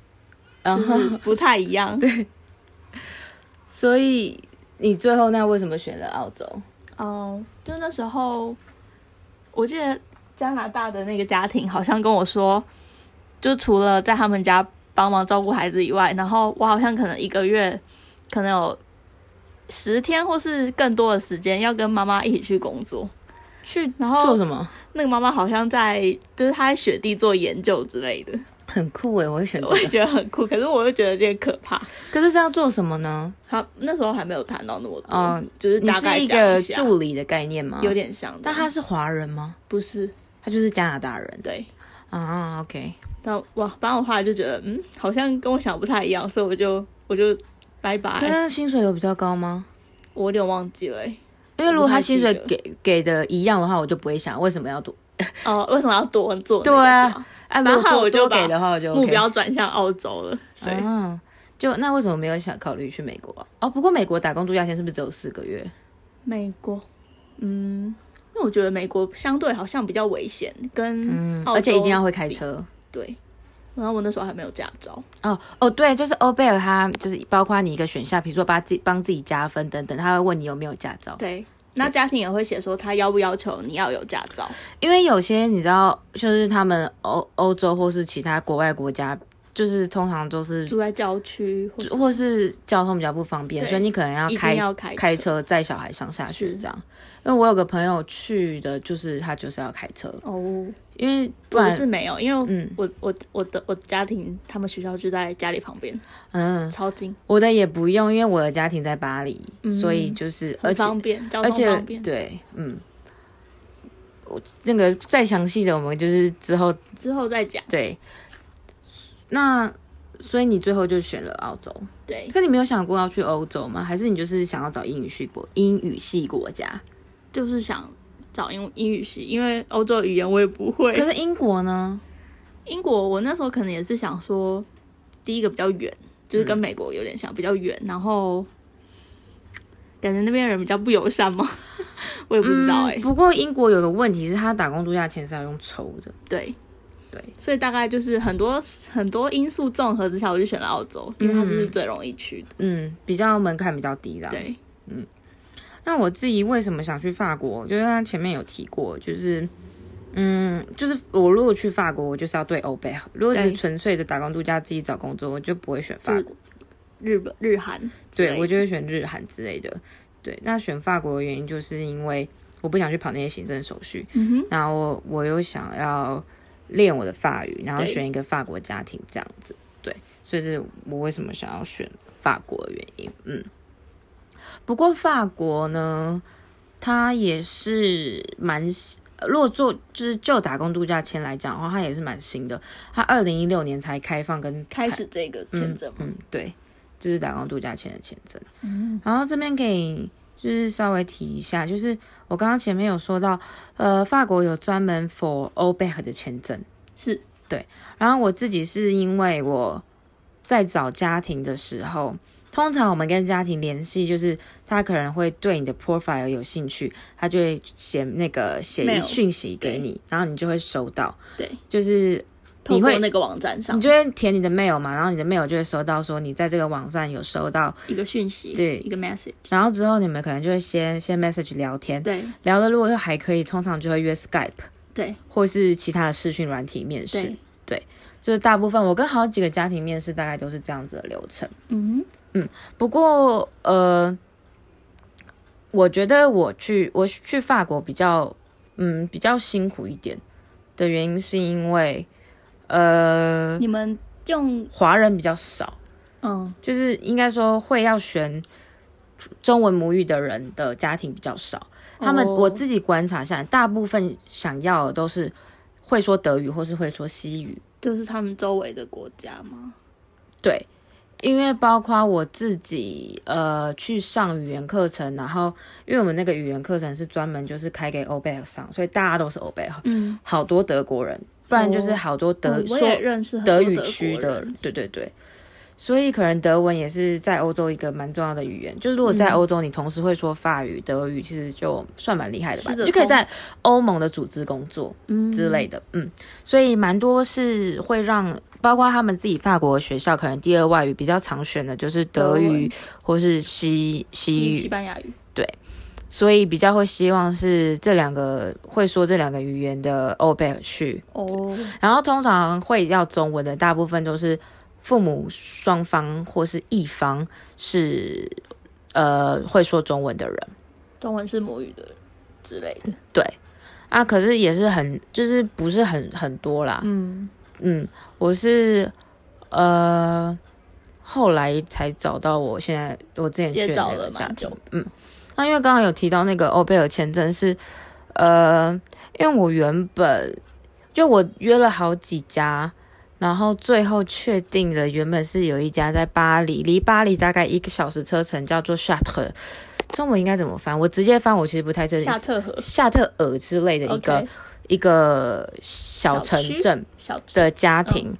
[SPEAKER 2] 然后，
[SPEAKER 3] 就是不太一样。对，
[SPEAKER 2] 所以你最后那为什么选了澳洲？
[SPEAKER 3] 哦，就那时候，我记得加拿大的那个家庭好像跟我说，就除了在他们家帮忙照顾孩子以外，然后我好像可能一个月可能有十天或是更多的时间要跟妈妈一起去工作。
[SPEAKER 2] 去
[SPEAKER 3] 然后
[SPEAKER 2] 做什么？
[SPEAKER 3] 那个妈妈好像在，就是她在雪地做研究之类的，
[SPEAKER 2] 很酷诶，我会选这
[SPEAKER 3] 我也
[SPEAKER 2] 个。
[SPEAKER 3] 觉得很酷，可是我又觉得有点可怕。
[SPEAKER 2] 可是是要做什么呢？
[SPEAKER 3] 好，那时候还没有谈到那么多，
[SPEAKER 2] 哦
[SPEAKER 3] 就是
[SPEAKER 2] 你
[SPEAKER 3] 大概
[SPEAKER 2] 是一
[SPEAKER 3] 讲
[SPEAKER 2] 个
[SPEAKER 3] 下
[SPEAKER 2] 助理的概念吗？
[SPEAKER 3] 有，点像的，
[SPEAKER 2] 但他是华人吗？
[SPEAKER 3] 不是
[SPEAKER 2] 他就是加拿大人
[SPEAKER 3] 对。
[SPEAKER 2] 啊，OK。
[SPEAKER 3] 但哇，反正我后来就觉得，嗯，好像跟我想的不太一样，所以我就我就
[SPEAKER 2] 可是
[SPEAKER 3] 拜拜，
[SPEAKER 2] 他的薪水有比较高吗？
[SPEAKER 3] 我有点忘记了、欸。
[SPEAKER 2] 因为如果他
[SPEAKER 3] 我不太记
[SPEAKER 2] 薪水
[SPEAKER 3] 得
[SPEAKER 2] 给给的一样的话，我就不会想为什么要多。
[SPEAKER 3] 哦、为什么要多做那
[SPEAKER 2] 对
[SPEAKER 3] 个
[SPEAKER 2] 啊
[SPEAKER 3] 是吗？
[SPEAKER 2] 啊，
[SPEAKER 3] 然
[SPEAKER 2] 如果
[SPEAKER 3] 后
[SPEAKER 2] 多
[SPEAKER 3] 我就
[SPEAKER 2] 多
[SPEAKER 3] 把
[SPEAKER 2] 给的话，我就 OK
[SPEAKER 3] 目标转向澳洲了。对，
[SPEAKER 2] 嗯，就那为什么没有想考虑去美国啊、哦，不过美国打工度假签是不是只有四个月？
[SPEAKER 3] 美国，嗯，因为我觉得美国相对好像比较危险，跟
[SPEAKER 2] 嗯，
[SPEAKER 3] 澳洲
[SPEAKER 2] 而且一定要会开车。
[SPEAKER 3] 对。然后我那时候还没有驾照，
[SPEAKER 2] 哦哦，对，就是欧贝尔，他就是包括你一个选项，比如说帮自己帮自己加分等等，他会问你有没有驾照。
[SPEAKER 3] 对，那家庭也会写说他要不要求你要有驾照，
[SPEAKER 2] 因为有些你知道，就是他们欧欧洲或是其他国外国家，就是通常都是
[SPEAKER 3] 住在郊区或是
[SPEAKER 2] 或是交通比较不方便，
[SPEAKER 3] 对
[SPEAKER 2] 所以你可能要
[SPEAKER 3] 一
[SPEAKER 2] 开
[SPEAKER 3] 定要开
[SPEAKER 2] 开车载小孩上下学
[SPEAKER 3] 是
[SPEAKER 2] 这样。因为我有个朋友去的，就是他就是要开车，
[SPEAKER 3] 哦，
[SPEAKER 2] 因为不
[SPEAKER 3] 我
[SPEAKER 2] 然
[SPEAKER 3] 是没有，因为
[SPEAKER 2] 嗯
[SPEAKER 3] 我我我的我家庭他们学校就在家里旁边，
[SPEAKER 2] 嗯，
[SPEAKER 3] 超近，
[SPEAKER 2] 我的也不用，因为我的家庭在巴黎，
[SPEAKER 3] 嗯
[SPEAKER 2] 所以就是而
[SPEAKER 3] 很
[SPEAKER 2] 且
[SPEAKER 3] 方便，交
[SPEAKER 2] 而
[SPEAKER 3] 通
[SPEAKER 2] 且
[SPEAKER 3] 方便。
[SPEAKER 2] 对，嗯，我那个再详细的我们就是之后
[SPEAKER 3] 之后再讲，
[SPEAKER 2] 对。那所以你最后就选了澳洲，
[SPEAKER 3] 对
[SPEAKER 2] 可你没有想过要去欧洲吗？还是你就是想要找英语系国英语系国家？
[SPEAKER 3] 就是想找英英语系，因为欧洲语言我也不会。
[SPEAKER 2] 可是英国呢？
[SPEAKER 3] 英国我那时候可能也是想说，第一个比较远，就是跟美国有点像，比较远，然后感觉那边人比较不友善嘛， [LAUGHS] 我也不知道哎、
[SPEAKER 2] 嗯不过英国有个问题是，他打工度假钱是要用抽的。
[SPEAKER 3] 对。
[SPEAKER 2] 对，
[SPEAKER 3] 所以大概就是很多很多因素综合之下，我就选了澳洲，因为它就是最容易去的。
[SPEAKER 2] 嗯，比较门槛比较低啦。
[SPEAKER 3] 对，
[SPEAKER 2] 那我自己为什么想去法国？就是他前面有提过，就是嗯，就是我如果去法国，我就是要对欧贝好。如果只是
[SPEAKER 3] 对嗯
[SPEAKER 2] 纯粹的打工度假自己找工作，我就不会选法国，
[SPEAKER 3] 日本、日韩之类的，
[SPEAKER 2] 对我就会选日韩之类的。对，那选法国的原因就是因为我不想去跑那些行政手续，
[SPEAKER 3] 嗯哼，
[SPEAKER 2] 然后我我又想要练我的法语，然后
[SPEAKER 3] 对
[SPEAKER 2] 选一个法国家庭这样子，对，所以这是我为什么想要选法国的原因。嗯，不过法国呢，它也是蛮，呃如果做就是就打工度假签来讲的话，它也是蛮新的，它二零一六年才开放跟
[SPEAKER 3] 开始这个签证嘛，
[SPEAKER 2] 嗯，对，就是打工度假签的签证。
[SPEAKER 3] 嗯
[SPEAKER 2] 然后这边可以就是稍微提一下，就是我刚刚前面有说到，呃，法国有专门 for o b e c 的签证。
[SPEAKER 3] 是
[SPEAKER 2] 然后我自己是因为我在找家庭的时候，通常我们跟家庭联系，就是他可能会对你的 profile 有兴趣，他就会写那个写一
[SPEAKER 3] Mail
[SPEAKER 2] 讯息给你，然后你就会收到，
[SPEAKER 3] 对，
[SPEAKER 2] 就是
[SPEAKER 3] 透
[SPEAKER 2] 你
[SPEAKER 3] 过
[SPEAKER 2] 会
[SPEAKER 3] 那个网站上
[SPEAKER 2] 你就会填你的 mail 嘛，然后你的 mail 就会收到说你在这个网站有收到，
[SPEAKER 3] 一个讯息，
[SPEAKER 2] 对
[SPEAKER 3] 一个 message，
[SPEAKER 2] 然后之后你们可能就会先先 message 聊天，
[SPEAKER 3] 对
[SPEAKER 2] 聊的如果又还可以，通常就会约 Skype
[SPEAKER 3] 对
[SPEAKER 2] 或是其他的视讯软体面试
[SPEAKER 3] 对，，
[SPEAKER 2] 就是大部分我跟好几个家庭面试大概都是这样子的流程。
[SPEAKER 3] 嗯
[SPEAKER 2] 不过呃，我觉得我去我去法国比较嗯比较辛苦一点的原因是因为呃，
[SPEAKER 3] 你们用
[SPEAKER 2] 华人比较少，
[SPEAKER 3] 嗯
[SPEAKER 2] 就是应该说会要选中文母语的人的家庭比较少。他们、
[SPEAKER 3] 哦
[SPEAKER 2] 我自己观察下来，大部分想要的都是会说德语或是会说西语。
[SPEAKER 3] 就是他们周围的国家吗？
[SPEAKER 2] 对，因为包括我自己，呃，去上语言课程，然后因为我们那个语言课程是专门就是开给欧贝尔上，所以大家都是欧贝尔，
[SPEAKER 3] 嗯，
[SPEAKER 2] 好多德国人，不然就是好多德、
[SPEAKER 3] 嗯我
[SPEAKER 2] 说
[SPEAKER 3] 也认识很多
[SPEAKER 2] 德语
[SPEAKER 3] 国
[SPEAKER 2] 区的
[SPEAKER 3] 人，
[SPEAKER 2] 对对对。所以可能德文也是在欧洲一个蛮重要的语言，就是如果在
[SPEAKER 3] 嗯
[SPEAKER 2] 欧洲你同时会说法语、德语，其实就算蛮厉害的吧，
[SPEAKER 3] 吃得
[SPEAKER 2] 你就可以
[SPEAKER 3] 通
[SPEAKER 2] 在欧盟的组织工作
[SPEAKER 3] 嗯
[SPEAKER 2] 之类的，嗯，所以蛮多是会让，包括他们自己法国的学校，可能第二外语比较常选的就是德
[SPEAKER 3] 德
[SPEAKER 2] 语
[SPEAKER 3] 文
[SPEAKER 2] 或是西西
[SPEAKER 3] 西
[SPEAKER 2] 语
[SPEAKER 3] 西，班牙语，
[SPEAKER 2] 所以比较会希望是这两个会说这两个语言的欧贝尔去，
[SPEAKER 3] 哦，
[SPEAKER 2] 然后通常会要中文的大部分都是父母双方或是一方是呃会说中文的人，
[SPEAKER 3] 中文是母语的之类的，
[SPEAKER 2] 对啊，可是也是很就是不是很很多啦，
[SPEAKER 3] 嗯，
[SPEAKER 2] 嗯，我是呃后来才找到我现在我之前去
[SPEAKER 3] 啊也
[SPEAKER 2] 的
[SPEAKER 3] 找
[SPEAKER 2] 那个
[SPEAKER 3] 了
[SPEAKER 2] 家
[SPEAKER 3] 蛮
[SPEAKER 2] 庭
[SPEAKER 3] 久，
[SPEAKER 2] 嗯，那因为刚刚有提到那个欧贝尔签证是呃，因为我原本就我约了好几家。然后最后确定的原本是有一家在巴黎，离巴黎大概一个小时车程，叫做 s h a t t e r 中文应该怎么翻？我直接翻，我其实不太确定
[SPEAKER 3] 夏。特河
[SPEAKER 2] 夏特尔之类的一个
[SPEAKER 3] OK，
[SPEAKER 2] 一个小
[SPEAKER 3] 小
[SPEAKER 2] 城
[SPEAKER 3] 区
[SPEAKER 2] 镇，
[SPEAKER 3] 小镇
[SPEAKER 2] 的家庭，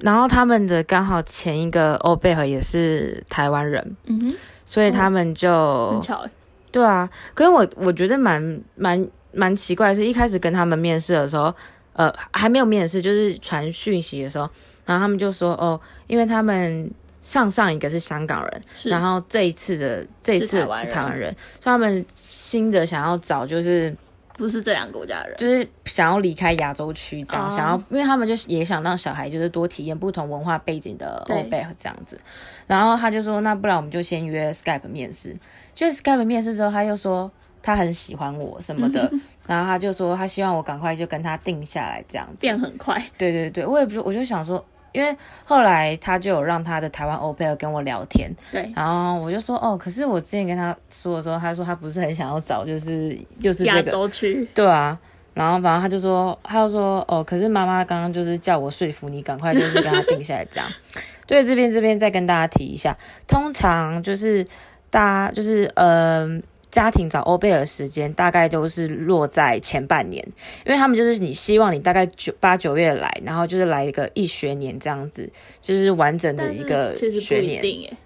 [SPEAKER 2] 然后他们的刚好前一个欧贝尔也是台湾人，
[SPEAKER 3] 嗯哼，
[SPEAKER 2] 所以他们就、
[SPEAKER 3] 很巧欸，
[SPEAKER 2] 对啊。可是我我觉得蛮蛮蛮奇怪的是，一开始跟他们面试的时候，呃，还没有面试，就是传讯息的时候，然后他们就说哦，因为他们上上一个是香港人，
[SPEAKER 3] 是，
[SPEAKER 2] 然后这一次的这一次
[SPEAKER 3] 台湾
[SPEAKER 2] 是
[SPEAKER 3] 人
[SPEAKER 2] 台湾人，所以他们新的想要找就是
[SPEAKER 3] 不是这两个国家的人，
[SPEAKER 2] 就是想要离开亚洲区这样
[SPEAKER 3] 哦
[SPEAKER 2] 想要，因为他们就是也想让小孩就是多体验不同文化背景的
[SPEAKER 3] 对
[SPEAKER 2] 欧贝尔这样子。然后他就说，那不然我们就先约 Skype 面试。就是 Skype 面试之后，他又说他很喜欢我什么
[SPEAKER 3] [LAUGHS]
[SPEAKER 2] 的，然后他就说他希望我赶快就跟他定下来这样子。
[SPEAKER 3] 变很快，
[SPEAKER 2] 对对对，我也不，我就想说。因为后来他就有让他的台湾欧贝尔跟我聊天，
[SPEAKER 3] 对，
[SPEAKER 2] 然后我就说哦，可是我之前跟他说的时候，他说他不是很想要找，就是就是
[SPEAKER 3] 亚
[SPEAKER 2] 这个
[SPEAKER 3] 洲区，
[SPEAKER 2] 对啊，然后反正他就说，他就说哦，可是妈妈刚刚就是叫我说服你，赶快就是跟他定下来这样。 [LAUGHS] 对，这边这边再跟大家提一下，通常就是大家就是嗯。家庭找欧贝尔的时间大概都是落在前半年，因为他们就是你希望你大概九八九月来，然后就是来一个一学年这样子，就是完整的
[SPEAKER 3] 但
[SPEAKER 2] 一
[SPEAKER 3] 是
[SPEAKER 2] 个
[SPEAKER 3] 其实
[SPEAKER 2] 学
[SPEAKER 3] 不一
[SPEAKER 2] 年。
[SPEAKER 3] 定哎。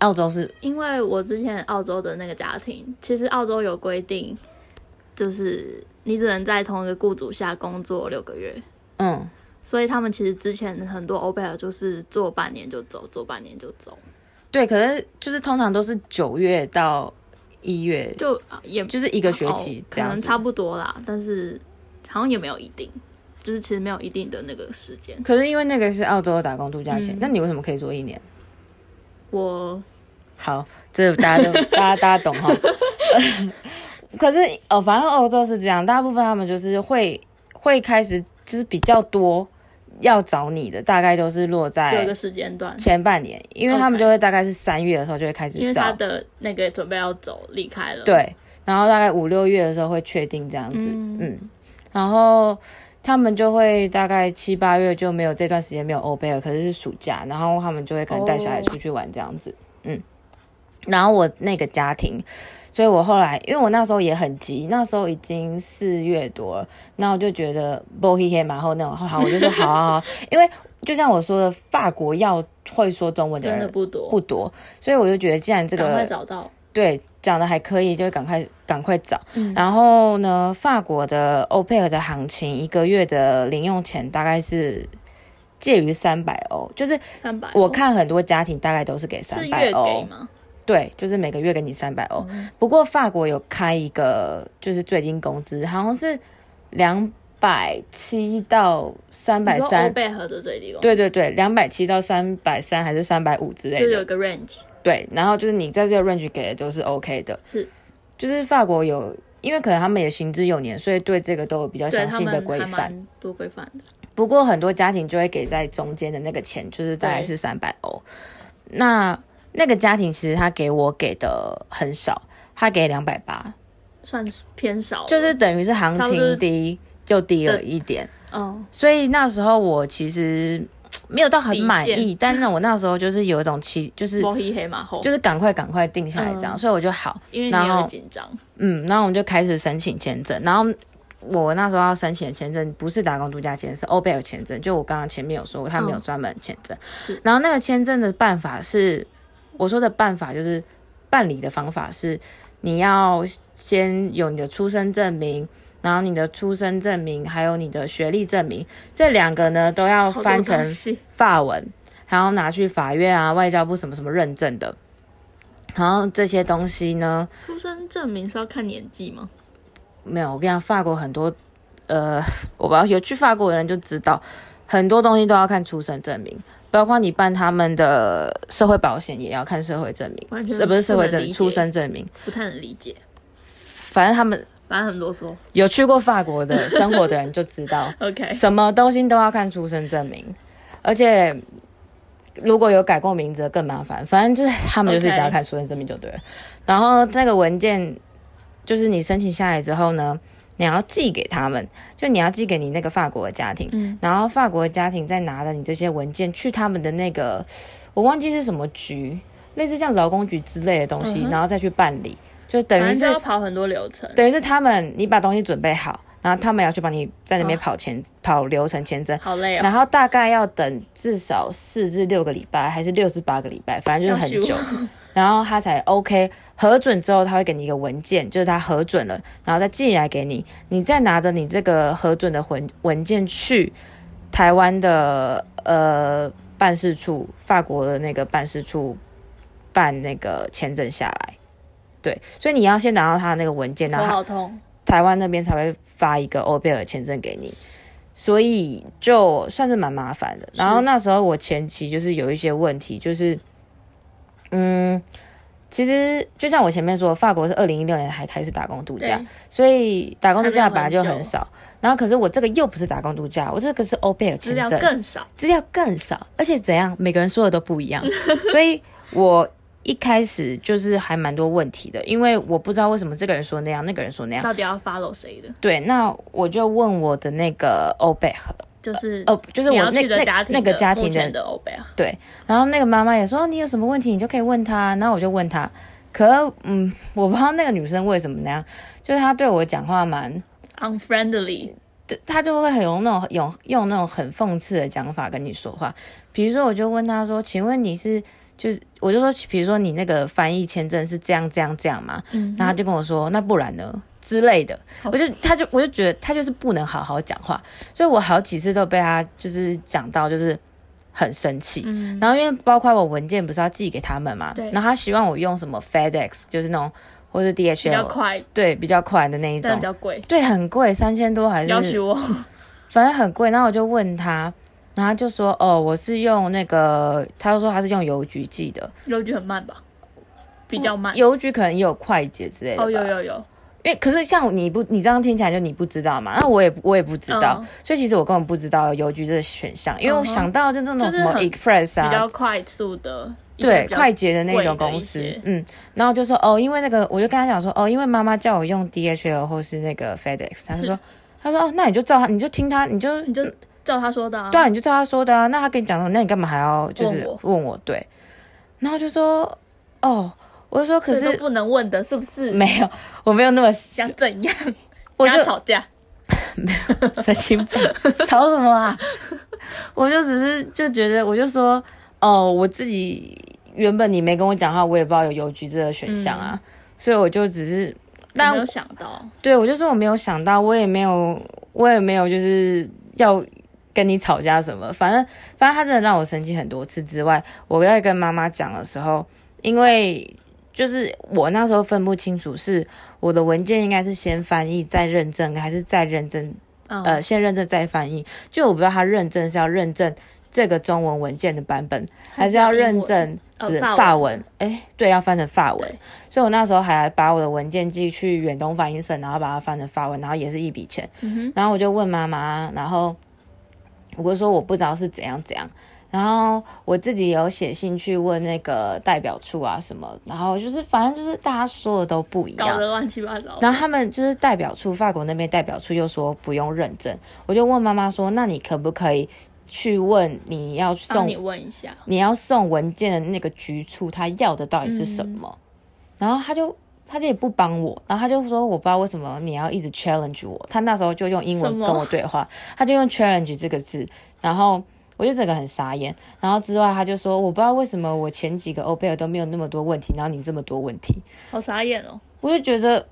[SPEAKER 2] 澳洲是
[SPEAKER 3] 因为我之前澳洲的那个家庭，其实澳洲有规定，就是你只能在同一个雇主下工作六个月，
[SPEAKER 2] 嗯，
[SPEAKER 3] 所以他们其实之前很多欧贝尔就是做半年就走，做半年就走，
[SPEAKER 2] 对，可是就是通常都是九月到一月，
[SPEAKER 3] 就啊也
[SPEAKER 2] 就是一
[SPEAKER 3] 一
[SPEAKER 2] 个学期这
[SPEAKER 3] 哦可
[SPEAKER 2] 样
[SPEAKER 3] 能
[SPEAKER 2] 子。
[SPEAKER 3] 差不多啦，但是好像也没有一定，就是其实没有一定的那个时间。
[SPEAKER 2] 可是因为那个是澳洲的打工度假签，
[SPEAKER 3] 嗯
[SPEAKER 2] 那你为什么可以做一年？
[SPEAKER 3] 我
[SPEAKER 2] 好，这大家都大家大家懂哈。 [LAUGHS] 可是哦，反正欧洲是这样，大部分他们就是会会开始就是比较多要找你的，大概都是落
[SPEAKER 3] 有一
[SPEAKER 2] 在
[SPEAKER 3] 个时间段，
[SPEAKER 2] 哎前半年，因为他们
[SPEAKER 3] OK
[SPEAKER 2] 就会大概是三月的时候就会开
[SPEAKER 3] 因
[SPEAKER 2] 始
[SPEAKER 3] 为他
[SPEAKER 2] 找，
[SPEAKER 3] 的那个准备要走离开了，，
[SPEAKER 2] 对，然后大概五六月的时候会确定这样子，
[SPEAKER 3] 嗯
[SPEAKER 2] 嗯，然后他们就会大概七八月就没有这段时间没有欧贝尔，可是是暑假，然后他们就会可能带小孩
[SPEAKER 3] 哦
[SPEAKER 2] 出去玩这样子，嗯。然后我那个家庭，所以我后来因为我那时候也很急，那时候已经四月多了，那我就觉得 b o h e h 马后那种，好，我就说好啊好啊，因为就像我说的，法国要会说中文的
[SPEAKER 3] 真的
[SPEAKER 2] 人
[SPEAKER 3] 不多，
[SPEAKER 2] 不多，所以我就觉得既然这
[SPEAKER 3] 赶快
[SPEAKER 2] 个
[SPEAKER 3] 找到，
[SPEAKER 2] 对，长得还可以，就赶快赶快找。
[SPEAKER 3] 嗯
[SPEAKER 2] 然后呢，法国的欧佩尔的行情，一个月的零用钱大概是介于三百欧，就是
[SPEAKER 3] 三百，
[SPEAKER 2] 我看很多家庭大概都是给
[SPEAKER 3] 哦是
[SPEAKER 2] 三百哦
[SPEAKER 3] 月给
[SPEAKER 2] 欧，
[SPEAKER 3] 吗？哦
[SPEAKER 2] 对，就是每个月给你三百欧。不过法国有开一个，就是最低工资好像是两百七到三百
[SPEAKER 3] 你说欧
[SPEAKER 2] 三。
[SPEAKER 3] 贝和的最低工，，
[SPEAKER 2] 对对对，两百七到三百三还是三百五之类
[SPEAKER 3] 就是
[SPEAKER 2] 的
[SPEAKER 3] 有一，个 range
[SPEAKER 2] 对。然后就是你在这个 range 给的都是 OK 的，
[SPEAKER 3] 是
[SPEAKER 2] 就是法国有，因为可能他们也行之有年，所以对这个都有比较
[SPEAKER 3] 对
[SPEAKER 2] 详
[SPEAKER 3] 他
[SPEAKER 2] 细
[SPEAKER 3] 们
[SPEAKER 2] 的规
[SPEAKER 3] 还
[SPEAKER 2] 范。
[SPEAKER 3] 蛮多规范的，
[SPEAKER 2] 不过很多家庭就会给在中间的那个钱，就是大概是三百欧。那那个家庭其实他给我给的很少，他给两百八，
[SPEAKER 3] 算是偏少了，
[SPEAKER 2] 就是等于是行
[SPEAKER 3] 差不多
[SPEAKER 2] 情低又低了一点。
[SPEAKER 3] 嗯，
[SPEAKER 2] 所以那时候我其实嘖没有到很满
[SPEAKER 3] 底
[SPEAKER 2] 意，但是我那时候就是有一种期，就是
[SPEAKER 3] 摸黑黑马后，
[SPEAKER 2] 就是赶快赶快定下来这样，
[SPEAKER 3] 嗯
[SPEAKER 2] 所以我就好，
[SPEAKER 3] 因为你
[SPEAKER 2] 然
[SPEAKER 3] 也
[SPEAKER 2] 后
[SPEAKER 3] 很紧张，
[SPEAKER 2] 嗯，然后我们就开始申请签证，然后。我那时候要申请的签证不是打工度假签，是欧贝尔签证。就我刚刚前面有说过，他没有
[SPEAKER 3] 嗯
[SPEAKER 2] 专门签证。
[SPEAKER 3] 是
[SPEAKER 2] 然后那个签证的办法是，我说的办法就是办理的方法是，你要先有你的出生证明，然后你的出生证明还有你的学历证明，这两个呢都要
[SPEAKER 3] 好多
[SPEAKER 2] 翻
[SPEAKER 3] 东
[SPEAKER 2] 成
[SPEAKER 3] 西
[SPEAKER 2] 法文，然后拿去法院啊、外交部什么什么认证的。然后这些东西呢，
[SPEAKER 3] 出生证明是要看年纪吗？
[SPEAKER 2] 没有，我跟你讲，法国很多，呃， [LAUGHS] 我不知道有去法国的人就知道，很多东西都要看出生证明，包括你办他们的社会保险也要看社会证
[SPEAKER 3] 完
[SPEAKER 2] 明，
[SPEAKER 3] 全
[SPEAKER 2] 是不是社会
[SPEAKER 3] 不能
[SPEAKER 2] 证
[SPEAKER 3] 理
[SPEAKER 2] 明？
[SPEAKER 3] 解
[SPEAKER 2] 出生证明，
[SPEAKER 3] 不太能理解，
[SPEAKER 2] 反正他们
[SPEAKER 3] 反正很啰嗦。
[SPEAKER 2] 有去过法国的生活的人就知道，
[SPEAKER 3] OK，
[SPEAKER 2] 什么东西都要看出生证明，而且如果有改过名字的更麻烦。反正就是他们就是一定要
[SPEAKER 3] OK
[SPEAKER 2] 看出生证明就对了。然后那个文件就是你申请下来之后呢，你要寄给他们，就你要寄给你那个法国的家庭，
[SPEAKER 3] 嗯
[SPEAKER 2] 然后法国的家庭再拿了你这些文件去他们的那个呃我忘记是什么局，类似像劳工局之类的东西，
[SPEAKER 3] 嗯哼
[SPEAKER 2] 然后再去办理，就等于
[SPEAKER 3] 反正
[SPEAKER 2] 是
[SPEAKER 3] 就要跑很多流程，
[SPEAKER 2] 等于是他们，你把东西准备好，然后他们要去帮你在那边
[SPEAKER 3] 哦
[SPEAKER 2] 跑签、跑流程签证，
[SPEAKER 3] 好累哦。
[SPEAKER 2] 然后大概要等至少四至六个礼拜，还是六至八个礼拜，反正就是很久
[SPEAKER 3] 要。
[SPEAKER 2] [LAUGHS] 然后他才 OK 核准之后，他会给你一个文件，就是他核准了，然后再寄来给你，你再拿着你这个核准的文文件去台湾的呃办事处，法国的那个办事处办那个签证下来。对，所以你要先拿到他的那个文件，然
[SPEAKER 3] 头
[SPEAKER 2] 后他
[SPEAKER 3] 好痛，
[SPEAKER 2] 台湾那边才会发一个欧贝尔签证给你，所以就算是蛮麻烦的。然后那时候我前期就是有一些问题，就是，嗯，其实就像我前面说，法国是二零一六年才开始打工度假
[SPEAKER 3] 对，，
[SPEAKER 2] 所以打工度假
[SPEAKER 3] 还没有很
[SPEAKER 2] 本来就很
[SPEAKER 3] 久
[SPEAKER 2] 少。然后可是我这个又不是打工度假，我这个是欧贝尔
[SPEAKER 3] 资
[SPEAKER 2] 签
[SPEAKER 3] 料
[SPEAKER 2] 证，
[SPEAKER 3] 更少，
[SPEAKER 2] 资料更少，而且怎样，每个人说的都不一样， [LAUGHS] 所以我一开始就是还蛮多问题的，因为我不知道为什么这个人说那样，那个人说那样。
[SPEAKER 3] 到底要 follow 谁的？
[SPEAKER 2] 对，那我就问我的那个欧贝和，
[SPEAKER 3] 就是
[SPEAKER 2] 呃，就是
[SPEAKER 3] 你
[SPEAKER 2] 我
[SPEAKER 3] 要
[SPEAKER 2] 那
[SPEAKER 3] 去的
[SPEAKER 2] 那
[SPEAKER 3] 家庭
[SPEAKER 2] 那个家
[SPEAKER 3] 目
[SPEAKER 2] 庭
[SPEAKER 3] 前
[SPEAKER 2] 的，
[SPEAKER 3] 的欧贝啊，
[SPEAKER 2] 然后那个妈妈也说哦你有什么问题你就可以问她，然后我就问她，可嗯，我不知道那个女生为什么那样，就是她对我讲话蛮，
[SPEAKER 3] unfriendly，
[SPEAKER 2] 对她就会很用那种用用那种很讽刺的讲法跟你说话，比如说我就问她说，请问你是就是我就说，比如说你那个翻译签证是这样这样这样吗？
[SPEAKER 3] 嗯
[SPEAKER 2] 然后他就跟我说：“那不然呢？”之类的，
[SPEAKER 3] 好
[SPEAKER 2] 我就他就我就觉得他就是不能好好讲话，所以我好几次都被他就是讲到就是很生气。
[SPEAKER 3] 嗯，
[SPEAKER 2] 然后因为包括我文件不是要寄给他们嘛
[SPEAKER 3] 对，
[SPEAKER 2] 然后他希望我用什么 FedEx，就是那种或是
[SPEAKER 3] 比较
[SPEAKER 2] DHL，
[SPEAKER 3] 快，
[SPEAKER 2] 对，比较快的那一
[SPEAKER 3] 但
[SPEAKER 2] 种
[SPEAKER 3] 比，较贵，
[SPEAKER 2] 对，很贵，三千多还
[SPEAKER 3] 要许
[SPEAKER 2] 是
[SPEAKER 3] 我
[SPEAKER 2] 反正很贵。然后我就问他，然后他就说：“哦，我是用那个，他就说他是用邮局寄的，
[SPEAKER 3] 邮局很慢吧，比较慢。
[SPEAKER 2] 邮局可能也嗯有快捷之类的。”
[SPEAKER 3] 嗯哦，有有有，
[SPEAKER 2] 因为可是像你不，你这样听起来就你不知道嘛，那我也我也不知道，
[SPEAKER 3] 嗯
[SPEAKER 2] 所以其实我根本不知道邮局这个选项，因为我
[SPEAKER 3] 嗯哼
[SPEAKER 2] 想到就那种
[SPEAKER 3] 就是
[SPEAKER 2] 什么
[SPEAKER 3] 很
[SPEAKER 2] Express
[SPEAKER 3] 比
[SPEAKER 2] 啊
[SPEAKER 3] 较，快速的，
[SPEAKER 2] 对，
[SPEAKER 3] 比较
[SPEAKER 2] 快捷的那种
[SPEAKER 3] 贵的
[SPEAKER 2] 公
[SPEAKER 3] 一
[SPEAKER 2] 司
[SPEAKER 3] 些，
[SPEAKER 2] 嗯，然后就说哦，因为那个，我就跟他讲说哦，因为妈妈叫我用 DHL 或是那个 FedEx，他就
[SPEAKER 3] [LAUGHS]
[SPEAKER 2] 说他说哦，那你就照他，你就听他，你就
[SPEAKER 3] 你就照他说的、啊，
[SPEAKER 2] 对啊，你就照他说的啊。那他跟你讲什么？那你干嘛还要就是
[SPEAKER 3] 问我
[SPEAKER 2] 问我？对，然后就说哦，我就说可
[SPEAKER 3] 所以都
[SPEAKER 2] 是
[SPEAKER 3] 不能问的，是不是？
[SPEAKER 2] [LAUGHS] 没有，我没有那么
[SPEAKER 3] 想怎样？
[SPEAKER 2] 我
[SPEAKER 3] 跟他
[SPEAKER 2] 就
[SPEAKER 3] 吵架，
[SPEAKER 2] [LAUGHS] 神经病，吵什么啊？ [LAUGHS] 我就只是就觉得，我就说，哦，我自己原本你没跟我讲话，我也不知道有邮局这个选项啊，
[SPEAKER 3] 嗯
[SPEAKER 2] 所以我就只是，
[SPEAKER 3] 我
[SPEAKER 2] 但
[SPEAKER 3] 没有想到，
[SPEAKER 2] 对我就说我没有想到，我也没有，我也没有就是要跟你吵架什么，反正反正他真的让我生气很多次之外，我在跟妈妈讲的时候，因为。就是我那时候分不清楚，是我的文件应该是先翻译再认证，还是再认证
[SPEAKER 3] 嗯，
[SPEAKER 2] 呃，先认证再翻译。就我不知道他认证是要认证这个中文文件的版本，还是要认证
[SPEAKER 3] 呃
[SPEAKER 2] 不是
[SPEAKER 3] 法
[SPEAKER 2] 法
[SPEAKER 3] 文
[SPEAKER 2] 文？哎、对，要翻成法文
[SPEAKER 3] 对。
[SPEAKER 2] 所以我那时候还把我的文件寄去远东翻译社，然后把它翻成法文，然后也是一笔钱。
[SPEAKER 3] 嗯哼，
[SPEAKER 2] 然后我就问妈妈，然后我就说我不知道是怎样怎样。然后我自己有写信去问那个代表处啊什么，然后就是反正就是大家说的都不一
[SPEAKER 3] 搞
[SPEAKER 2] 样
[SPEAKER 3] 得，乱七八糟。
[SPEAKER 2] 然后他们就是代表处，法国那边代表处又说不用认证，我就问妈妈说，那你可不可以去问你要
[SPEAKER 3] 帮
[SPEAKER 2] 送
[SPEAKER 3] 你问一下，
[SPEAKER 2] 你要送文件的那个局处，他要的到底是什么？
[SPEAKER 3] 嗯
[SPEAKER 2] 然后他就他就也不帮我，然后他就说我不知道为什么你要一直 challenge 我。他那时候就用英
[SPEAKER 3] 什
[SPEAKER 2] 文
[SPEAKER 3] 么
[SPEAKER 2] 跟我对话，他就用 challenge 这个字，然后我就整个很傻眼。然后之外他就说我不知道为什么我前几个欧贝尔都没有那么多问题，然后你这么多问题，
[SPEAKER 3] 好傻眼哦！
[SPEAKER 2] 我就觉得。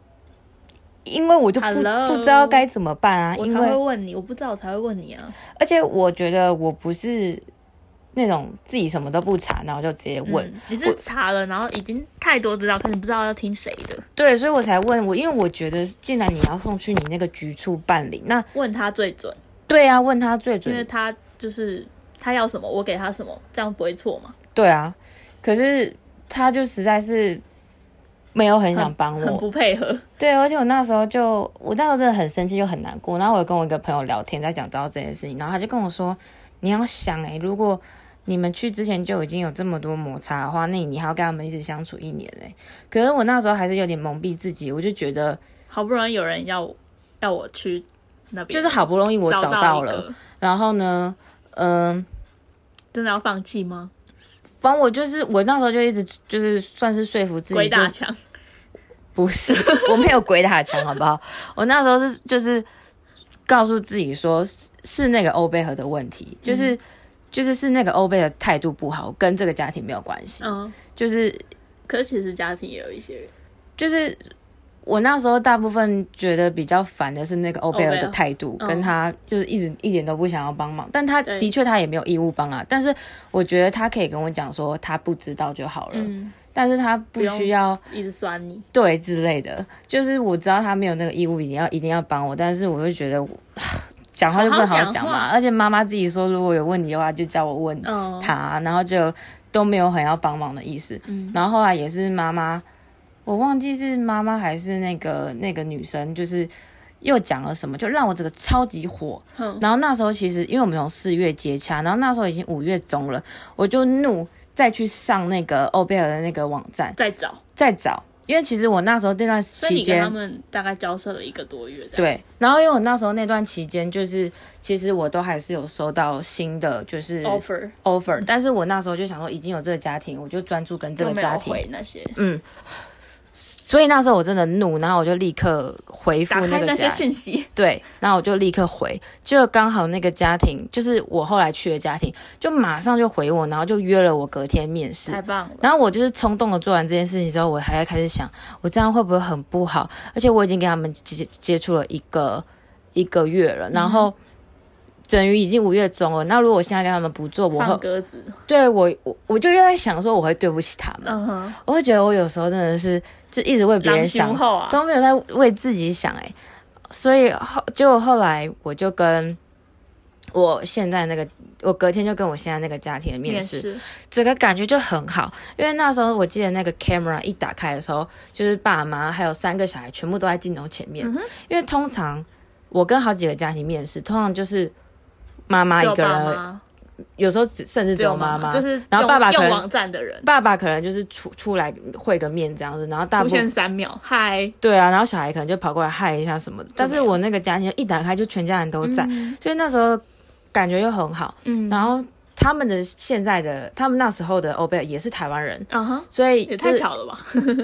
[SPEAKER 2] 因为我就不
[SPEAKER 3] Hello
[SPEAKER 2] 不知道该怎么办啊，
[SPEAKER 3] 我
[SPEAKER 2] 因
[SPEAKER 3] 才
[SPEAKER 2] 为
[SPEAKER 3] 会问你，我不知道我才会问你啊。
[SPEAKER 2] 而且我觉得我不是那种自己什么都不查，然后就直接问，
[SPEAKER 3] 嗯你是查了，然后已经太多资料，可是你不知道要听谁的，
[SPEAKER 2] 对，所以我才问我，因为我觉得既然你要送去你那个局处办理，那
[SPEAKER 3] 问他最准，
[SPEAKER 2] 对啊，问他最
[SPEAKER 3] 因为
[SPEAKER 2] 准，
[SPEAKER 3] 他就是他要什么，我给他什么，这样不会错嘛？
[SPEAKER 2] 对啊，可是他就实在是没有很想帮
[SPEAKER 3] 很
[SPEAKER 2] 我，
[SPEAKER 3] 不配合。
[SPEAKER 2] 对，而且我那时候就我那时候真的很生气又很难过，然后我有跟我一个朋友聊天，在讲到这件事情，然后他就跟我说，你要想诶、如果你们去之前就已经有这么多摩擦的话，那你还要跟他们一直相处一年诶、可是我那时候还是有点蒙蔽自己，我就觉得
[SPEAKER 3] 好不容易有人要要我去那边，
[SPEAKER 2] 就是好不容易我找
[SPEAKER 3] 到
[SPEAKER 2] 到
[SPEAKER 3] 一
[SPEAKER 2] 了，
[SPEAKER 3] 个，
[SPEAKER 2] 然后呢，嗯、
[SPEAKER 3] 真的要放弃吗？
[SPEAKER 2] 反正我就是我那时候就一直就是算是说服自己，
[SPEAKER 3] 鬼打
[SPEAKER 2] 就是
[SPEAKER 3] 墙，
[SPEAKER 2] 不是 [LAUGHS] 我没有鬼打墙，好不好？我那时候是就是告诉自己说是是那个欧贝和的问
[SPEAKER 3] 嗯
[SPEAKER 2] 题，就是、就是是那个欧贝和态度不好，跟这个家庭没有关系，
[SPEAKER 3] 嗯。
[SPEAKER 2] 就是
[SPEAKER 3] 可是其实家庭也有一些
[SPEAKER 2] 就是。我那时候大部分觉得比较烦的是那个欧贝尔
[SPEAKER 3] 欧贝
[SPEAKER 2] 的
[SPEAKER 3] 尔
[SPEAKER 2] 态度，
[SPEAKER 3] 嗯
[SPEAKER 2] 跟他就是一直一点都不想要帮忙，但他
[SPEAKER 3] 对
[SPEAKER 2] 的确他也没有义务帮啊。但是我觉得他可以跟我讲说他不知道就好了，
[SPEAKER 3] 嗯，
[SPEAKER 2] 但是他不
[SPEAKER 3] 不用
[SPEAKER 2] 需要
[SPEAKER 3] 一直酸你，
[SPEAKER 2] 对之类的，就是我知道他没有那个义务，一定要一定要帮我，但是我就觉得我 [SIGHS] 讲话就不能好好讲
[SPEAKER 3] 好好讲
[SPEAKER 2] 嘛，
[SPEAKER 3] 话
[SPEAKER 2] 而且妈妈自己说如果有问题的话，就叫我问
[SPEAKER 3] 嗯，
[SPEAKER 2] 她，啊然后就都没有很要帮忙的意思。
[SPEAKER 3] 嗯
[SPEAKER 2] 然后后来也是妈妈，我忘记是妈妈还是那个那个女生，就是又讲了什么，就让我整个超级火。
[SPEAKER 3] 哼
[SPEAKER 2] 然后那时候其实因为我们从四月接洽，然后那时候已经五月中了，我就怒再去上那个欧贝尔的那个网站。
[SPEAKER 3] 再找。
[SPEAKER 2] 再找，因为其实我那时候那段
[SPEAKER 3] 所以
[SPEAKER 2] 期
[SPEAKER 3] 你跟他
[SPEAKER 2] 间，
[SPEAKER 3] 们大概交涉了一个多月，，
[SPEAKER 2] 对，然后因为我那时候那段期间，就是其实我都还是有收到新的就是
[SPEAKER 3] offer
[SPEAKER 2] offer，但是我那时候就想说，已经有这个家庭，我就专注跟这个
[SPEAKER 3] 都没有
[SPEAKER 2] 家庭。
[SPEAKER 3] 回那些，
[SPEAKER 2] 嗯，所以那时候我真的怒，然后我就立刻回复
[SPEAKER 3] 打
[SPEAKER 2] 那
[SPEAKER 3] 开
[SPEAKER 2] 个
[SPEAKER 3] 那
[SPEAKER 2] 家
[SPEAKER 3] 些讯息，
[SPEAKER 2] 对，然后我就立刻回，就刚好那个家庭，就是我后来去的家庭，就马上就回我，然后就约了我隔天面试
[SPEAKER 3] 太。棒了。
[SPEAKER 2] 然后我就是冲动的做完这件事情之后，我还在开始想，我这样会不会很不好？而且我已经跟他们接接触了一个一个月了，然
[SPEAKER 3] 嗯
[SPEAKER 2] 后等于已经五月中了。那如果我现在跟他们不做，我
[SPEAKER 3] 放
[SPEAKER 2] 会
[SPEAKER 3] 鸽子，
[SPEAKER 2] 对我我我就又在想说，我会对不起他们。
[SPEAKER 3] 嗯哼，
[SPEAKER 2] 我会觉得我有时候真的是就一直为别人想
[SPEAKER 3] 狼，后啊，
[SPEAKER 2] 都没有在为自己想哎、所以后就后来我就跟我现在那个，我隔天就跟我现在那个家庭的面试，整个感觉就很好，因为那时候我记得那个 camera 一打开的时候，就是爸妈还有三个小孩全部都在镜头前面。
[SPEAKER 3] 嗯哼
[SPEAKER 2] 因为通常我跟好几个家庭面试，通常就是妈妈
[SPEAKER 3] 只
[SPEAKER 2] 一
[SPEAKER 3] 有
[SPEAKER 2] 个
[SPEAKER 3] 爸
[SPEAKER 2] 人，
[SPEAKER 3] 妈，
[SPEAKER 2] 有时候只甚至只有妈妈，
[SPEAKER 3] 就是
[SPEAKER 2] 然后
[SPEAKER 3] 用
[SPEAKER 2] 爸爸可
[SPEAKER 3] 用
[SPEAKER 2] 能
[SPEAKER 3] 网站的人
[SPEAKER 2] 爸爸可能就是出出来会个面这样子，然后大
[SPEAKER 3] 出
[SPEAKER 2] 部分
[SPEAKER 3] 现三秒，嗨，
[SPEAKER 2] 对啊，然后小孩可能就跑过来嗨一下什么的。但是我那个家庭一打开就全家人都在，
[SPEAKER 3] 嗯
[SPEAKER 2] 所以那时候感觉又很好。
[SPEAKER 3] 嗯，
[SPEAKER 2] 然后他们的现在的他们那时候的欧贝尔也是台湾人。
[SPEAKER 3] 嗯哼，
[SPEAKER 2] 所以就
[SPEAKER 3] 也太
[SPEAKER 2] 是
[SPEAKER 3] 巧了吧，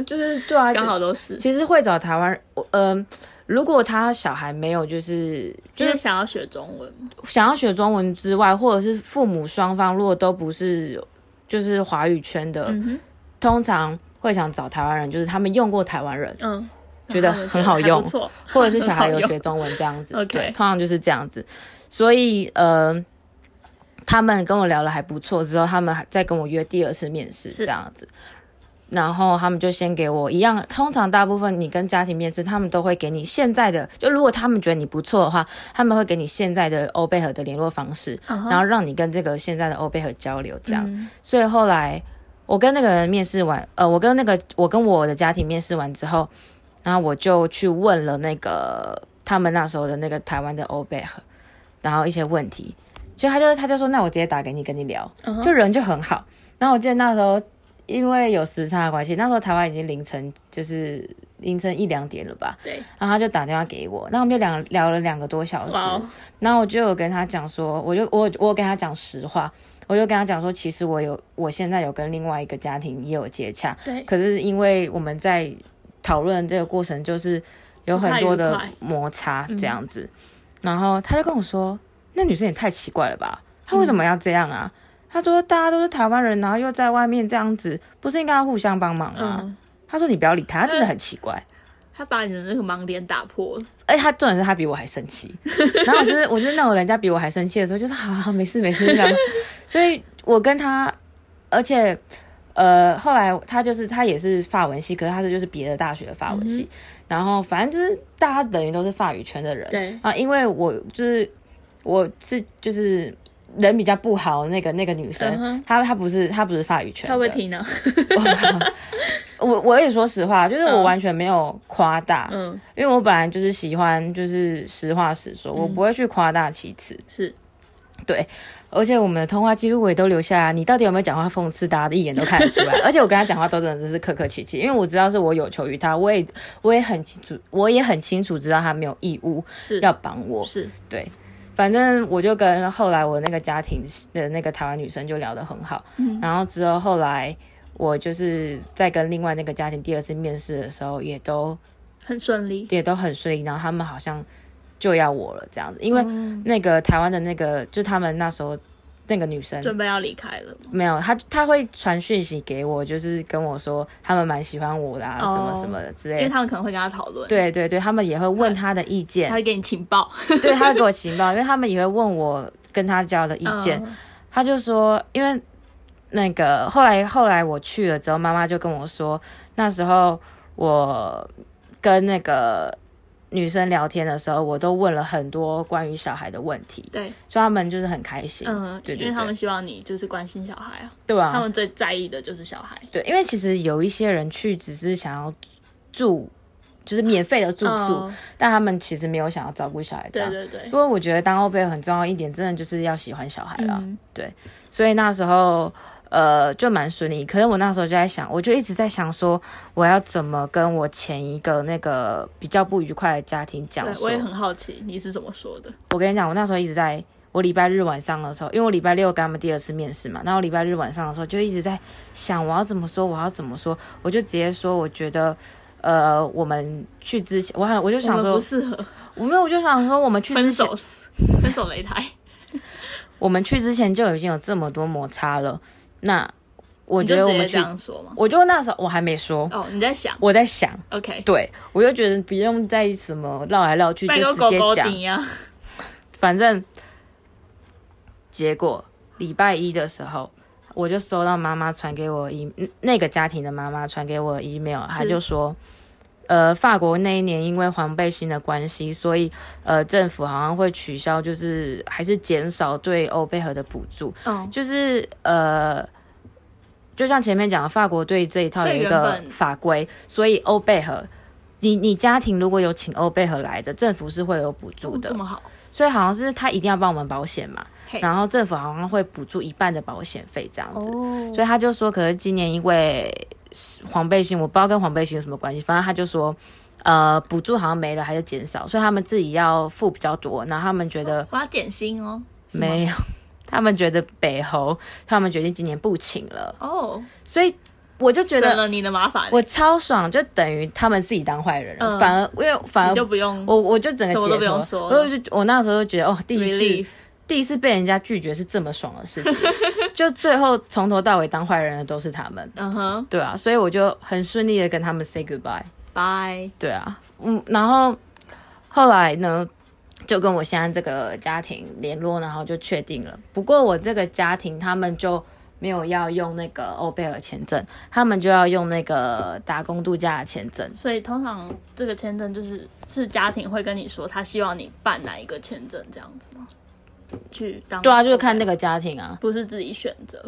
[SPEAKER 2] 就是对啊，
[SPEAKER 3] 刚好
[SPEAKER 2] 就
[SPEAKER 3] 都是，
[SPEAKER 2] 其实会找台湾人，我呃，如果他小孩没有就是就
[SPEAKER 3] 就是
[SPEAKER 2] 是
[SPEAKER 3] 想要学中文嘛，
[SPEAKER 2] 想要学中文之外，或者是父母双方如果都不是就是华语圈的，
[SPEAKER 3] 嗯哼，
[SPEAKER 2] 通常会想找台湾人，就是他们用过台湾人，
[SPEAKER 3] 嗯，
[SPEAKER 2] 觉得
[SPEAKER 3] 然后就
[SPEAKER 2] 很好
[SPEAKER 3] 还不
[SPEAKER 2] 用
[SPEAKER 3] 错，
[SPEAKER 2] 或者是小孩有
[SPEAKER 3] 很好
[SPEAKER 2] 学中文这样子
[SPEAKER 3] ，OK
[SPEAKER 2] 对，通常就是这样子。所以呃，他们跟我聊了还不错，之后他们还再跟我约第二次面试
[SPEAKER 3] 是
[SPEAKER 2] 这样子。然后他们就先给我一样，通常大部分你跟家庭面试，他们都会给你现在的，就如果他们觉得你不错的话，他们会给你现在的欧贝和的联络方式，
[SPEAKER 3] 嗯哼
[SPEAKER 2] 然后让你跟这个现在的欧贝和交流这样。
[SPEAKER 3] 嗯
[SPEAKER 2] 所以后来我跟那个人面试完，呃，我跟那个我跟我的家庭面试完之后，然后我就去问了那个他们那时候的那个台湾的欧贝和，然后一些问题，就他就他就说，那我直接打给你，跟你聊，
[SPEAKER 3] 嗯
[SPEAKER 2] 就人就很好。然后我记得那时候因为有时差的关系，那时候台湾已经凌晨就是凌晨一两点了吧，
[SPEAKER 3] 对，
[SPEAKER 2] 然后他就打电话给我，那我们就两聊了两个多小时，
[SPEAKER 3] 哇哦，
[SPEAKER 2] 然后我就有跟他讲说，我就我我有跟他讲实话，我就跟他讲说，其实我有我现在有跟另外一个家庭也有接洽，
[SPEAKER 3] 对，
[SPEAKER 2] 可是因为我们在讨论这个过程，就是有很多
[SPEAKER 3] 不
[SPEAKER 2] 的
[SPEAKER 3] 太愉嗯
[SPEAKER 2] 摩擦这样子，然后他就跟我说，那女生也太奇怪了吧，她为什么要这样啊？他说大家都是台湾人，然后又在外面这样子，不是应该要互相帮忙吗？
[SPEAKER 3] 嗯，
[SPEAKER 2] 他说你不要理他，他真的很奇怪。
[SPEAKER 3] 他把你的那个盲点打破了，
[SPEAKER 2] 而且哎他重点是他比我还生气， [LAUGHS] 然后我就是我就是那种人家比我还生气的时候，就是好好没事没事这样，所以我跟他，而且呃后来他就是他也是法文系，可是他是就是别的大学的法文
[SPEAKER 3] 嗯
[SPEAKER 2] 系，然后反正就是大家等于都是法语圈的人，
[SPEAKER 3] 对
[SPEAKER 2] 啊，因为我就是我是就是人比较不好那个那个女
[SPEAKER 3] 嗯
[SPEAKER 2] 生
[SPEAKER 3] 哼，
[SPEAKER 2] 她她不是她不是法语圈的，
[SPEAKER 3] 他会啊听呢，
[SPEAKER 2] 我我也说实话，就是我
[SPEAKER 3] 嗯
[SPEAKER 2] 完全没有夸大，
[SPEAKER 3] 嗯，
[SPEAKER 2] 因为我本来就是喜欢，就是实话实说，我不会去夸大其词。
[SPEAKER 3] 是，
[SPEAKER 2] 而且我们的通话记录我也都留下来，你到底有没有讲话讽刺大家，一眼都看得出来。而且我跟他讲话都真的是客客气气，因为我知道是我有求于他，我也我也很清楚，我也很清楚知道他没有义务
[SPEAKER 3] 是
[SPEAKER 2] 要帮我。
[SPEAKER 3] 是，
[SPEAKER 2] 对，反正我就跟后来我那个家庭的那个台湾女生就聊得很好，然后之后后来我就是在跟另外那个家庭第二次面试的时候，也都
[SPEAKER 3] 很顺利，
[SPEAKER 2] 也都很顺利，然后他们好像就要我了这样子，因为
[SPEAKER 3] 嗯
[SPEAKER 2] 那个台湾的那个，就他们那时候那个女生
[SPEAKER 3] 准备要离开了嘛，
[SPEAKER 2] 没有，她她会传讯息给我，就是跟我说他们蛮喜欢我的啊，
[SPEAKER 3] 哦
[SPEAKER 2] 什么什么的之
[SPEAKER 3] 因
[SPEAKER 2] 类
[SPEAKER 3] 为
[SPEAKER 2] 的。
[SPEAKER 3] 他们可能会跟他讨论，，
[SPEAKER 2] 对对对，他们也会问她的意
[SPEAKER 3] 他 [LAUGHS]
[SPEAKER 2] 见，
[SPEAKER 3] 会给你情报，
[SPEAKER 2] 对，他会给我情报，因为他们也会问我跟他交的意见。
[SPEAKER 3] 嗯
[SPEAKER 2] 他就说，因为那个后来后来我去了之后，妈妈就跟我说，那时候我跟那个女生聊天的时候，我都问了很多关于小孩的问题，
[SPEAKER 3] 对，
[SPEAKER 2] 所以他们就是很开心，
[SPEAKER 3] 嗯，
[SPEAKER 2] 对
[SPEAKER 3] 因
[SPEAKER 2] 对
[SPEAKER 3] 为他们
[SPEAKER 2] 对，
[SPEAKER 3] 希望你就是关心小孩啊，
[SPEAKER 2] 对吧、
[SPEAKER 3] 他们最在意的就是小孩，
[SPEAKER 2] 对，因为其实有一些人去只是想要住，就是免费的住宿，
[SPEAKER 3] 嗯
[SPEAKER 2] 但他们其实没有想要照顾小孩这
[SPEAKER 3] 对
[SPEAKER 2] 样。
[SPEAKER 3] 对对
[SPEAKER 2] 因，为我觉得当后辈很重要一点，真的就是要喜欢小孩啦。
[SPEAKER 3] 嗯
[SPEAKER 2] 对，所以那时候呃就蛮顺利。可是我那时候就在想，我就一直在想说，我要怎么跟我前一个那个比较不愉快的家庭讲
[SPEAKER 3] 对，
[SPEAKER 2] 说
[SPEAKER 3] 我也。很好奇你是怎么说的，
[SPEAKER 2] 我跟你讲，我那时候一直在。我礼拜日晚上的时候，因为我礼拜六跟他们第二次面试嘛，然后礼拜日晚上的时候就一直在想我要怎么说，我要怎么说，我就直接说，我觉得，呃，我们去之前，我很我就想
[SPEAKER 3] 我们
[SPEAKER 2] 说
[SPEAKER 3] 不，适合
[SPEAKER 2] 我没有，我就想说，我们去之前
[SPEAKER 3] 分手，分手擂台，
[SPEAKER 2] 我们去之前就已经有这么多摩擦了，那我
[SPEAKER 3] 你
[SPEAKER 2] 觉
[SPEAKER 3] 就
[SPEAKER 2] 得我
[SPEAKER 3] 直
[SPEAKER 2] 们
[SPEAKER 3] 接
[SPEAKER 2] 去
[SPEAKER 3] 这，样说嘛，
[SPEAKER 2] 我就那时候我还没说，
[SPEAKER 3] 哦，你在想
[SPEAKER 2] 我在想，
[SPEAKER 3] ，OK，
[SPEAKER 2] 对我就觉得不用再什么绕来绕去，
[SPEAKER 3] 拜个
[SPEAKER 2] 就直
[SPEAKER 3] 狗
[SPEAKER 2] 接
[SPEAKER 3] 狗啊
[SPEAKER 2] 讲，
[SPEAKER 3] 顶呀，
[SPEAKER 2] 反正结果礼拜一的时候。我就收到妈妈传给我 e 那个家庭的妈妈传给我 email，她就说，呃，法国那一年因为黄背心的关系，所以呃，政府好像会取消，就是还是减少对欧贝和的补助。
[SPEAKER 3] 嗯，
[SPEAKER 2] 就是呃，就像前面讲的，法国对这一套有一
[SPEAKER 3] 所以
[SPEAKER 2] 个
[SPEAKER 3] 原本
[SPEAKER 2] 法规，所以欧贝和，你你家庭如果有请欧贝和来的，政府是会有补助
[SPEAKER 3] 哦
[SPEAKER 2] 的，
[SPEAKER 3] 这么好，
[SPEAKER 2] 所以好像是他一定要帮我们保险嘛，
[SPEAKER 3] 嘿
[SPEAKER 2] 然后政府好像会补助一半的保险费这样子，
[SPEAKER 3] 哦，
[SPEAKER 2] 所以他就说，可是今年因为黄背心，我不知道跟黄背心有什么关系，反正他就说。呃，补助好像没了，还是减少，所以他们自己要付比较多。然后他们觉得
[SPEAKER 3] 我要点心哦，是吗
[SPEAKER 2] 没有， [LAUGHS] 他们觉得北猴，他们决定今年不请了，
[SPEAKER 3] 哦，
[SPEAKER 2] 所以我就觉
[SPEAKER 3] 省
[SPEAKER 2] 得
[SPEAKER 3] 了你的麻烦，
[SPEAKER 2] 我超爽，就等于他们自己当坏人了，
[SPEAKER 3] 嗯
[SPEAKER 2] 反而因为反
[SPEAKER 3] 你就
[SPEAKER 2] 而
[SPEAKER 3] 不用
[SPEAKER 2] 我我就整个
[SPEAKER 3] 什么都
[SPEAKER 2] 解
[SPEAKER 3] 不用
[SPEAKER 2] 脱
[SPEAKER 3] 说
[SPEAKER 2] 了，
[SPEAKER 3] 了
[SPEAKER 2] 我就我那时候就觉得哦，第一次
[SPEAKER 3] relief，
[SPEAKER 2] 第一次被人家拒绝是这么爽的
[SPEAKER 3] [LAUGHS]
[SPEAKER 2] 事情，就最后从头到尾当坏人的都是他们，
[SPEAKER 3] 嗯哼，
[SPEAKER 2] 对啊，所以我就很顺利的跟他们 say goodbye。
[SPEAKER 3] 拜，
[SPEAKER 2] 对啊，嗯，然后后来呢，就跟我现在这个家庭联络，然后就确定了。不过我这个家庭他们就没有要用那个欧贝尔签证，他们就要用那个打工度假的签证。
[SPEAKER 3] 所以通常这个签证就是是家庭会跟你说，他希望你办哪一个签证这样子吗？去当
[SPEAKER 2] 对啊，就是看那
[SPEAKER 3] 个，
[SPEAKER 2] 个家庭啊，
[SPEAKER 3] 不是自己选择。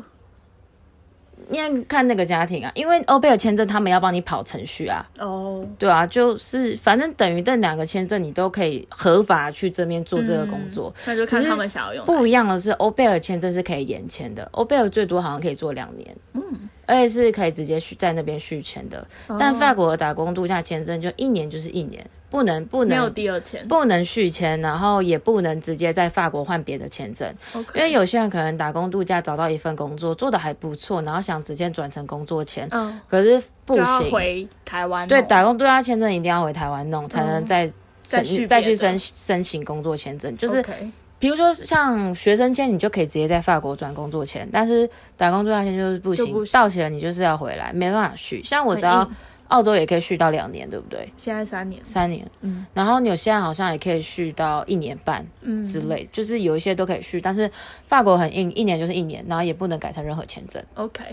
[SPEAKER 2] 因为看那个家庭啊，因为欧贝尔签证他们要帮你跑程序啊，
[SPEAKER 3] 哦，
[SPEAKER 2] 对啊，就是反正等于这两个签证你都可以合法去这边做这个工作。
[SPEAKER 3] 嗯那就看
[SPEAKER 2] 只是
[SPEAKER 3] 他们想要用哪一个
[SPEAKER 2] 不一样的是，欧贝尔签证是可以延签的，欧贝尔最多好像可以做两年，嗯，而且是可以直接续在那边续签的。
[SPEAKER 3] 哦
[SPEAKER 2] 但法国的打工度假签证就一年就是一年，不能不
[SPEAKER 3] 没有
[SPEAKER 2] 能
[SPEAKER 3] 第二签，
[SPEAKER 2] 不能续签，然后也不能直接在法国换别的签证，
[SPEAKER 3] OK
[SPEAKER 2] 因为有些人可能打工度假找到一份工作做的还不错，然后想直接转成工作签，
[SPEAKER 3] 嗯
[SPEAKER 2] 可是不
[SPEAKER 3] 就要
[SPEAKER 2] 行，
[SPEAKER 3] 回台湾弄，哦
[SPEAKER 2] 对，打工度假签证一定要回台湾弄，才能再
[SPEAKER 3] 再
[SPEAKER 2] 申
[SPEAKER 3] 续别
[SPEAKER 2] 再去
[SPEAKER 3] 的
[SPEAKER 2] 申申请工作签证。就是
[SPEAKER 3] ，OK
[SPEAKER 2] 比如说像学生签，你就可以直接在法国转工作签，但是打工度假签就是不
[SPEAKER 3] 就
[SPEAKER 2] 行，
[SPEAKER 3] 不行
[SPEAKER 2] 到期了你就是要回来，没办法续。像我知道
[SPEAKER 3] 很硬
[SPEAKER 2] 澳洲也可以续到两年，对不对？
[SPEAKER 3] 现在三年，
[SPEAKER 2] 三年，
[SPEAKER 3] 嗯
[SPEAKER 2] 然后纽西兰好像也可以续到一年半
[SPEAKER 3] 嗯
[SPEAKER 2] 之类，就是有一些都可以续，但是法国很硬，一年就是一年，然后也不能改成任何签证。
[SPEAKER 3] ，OK，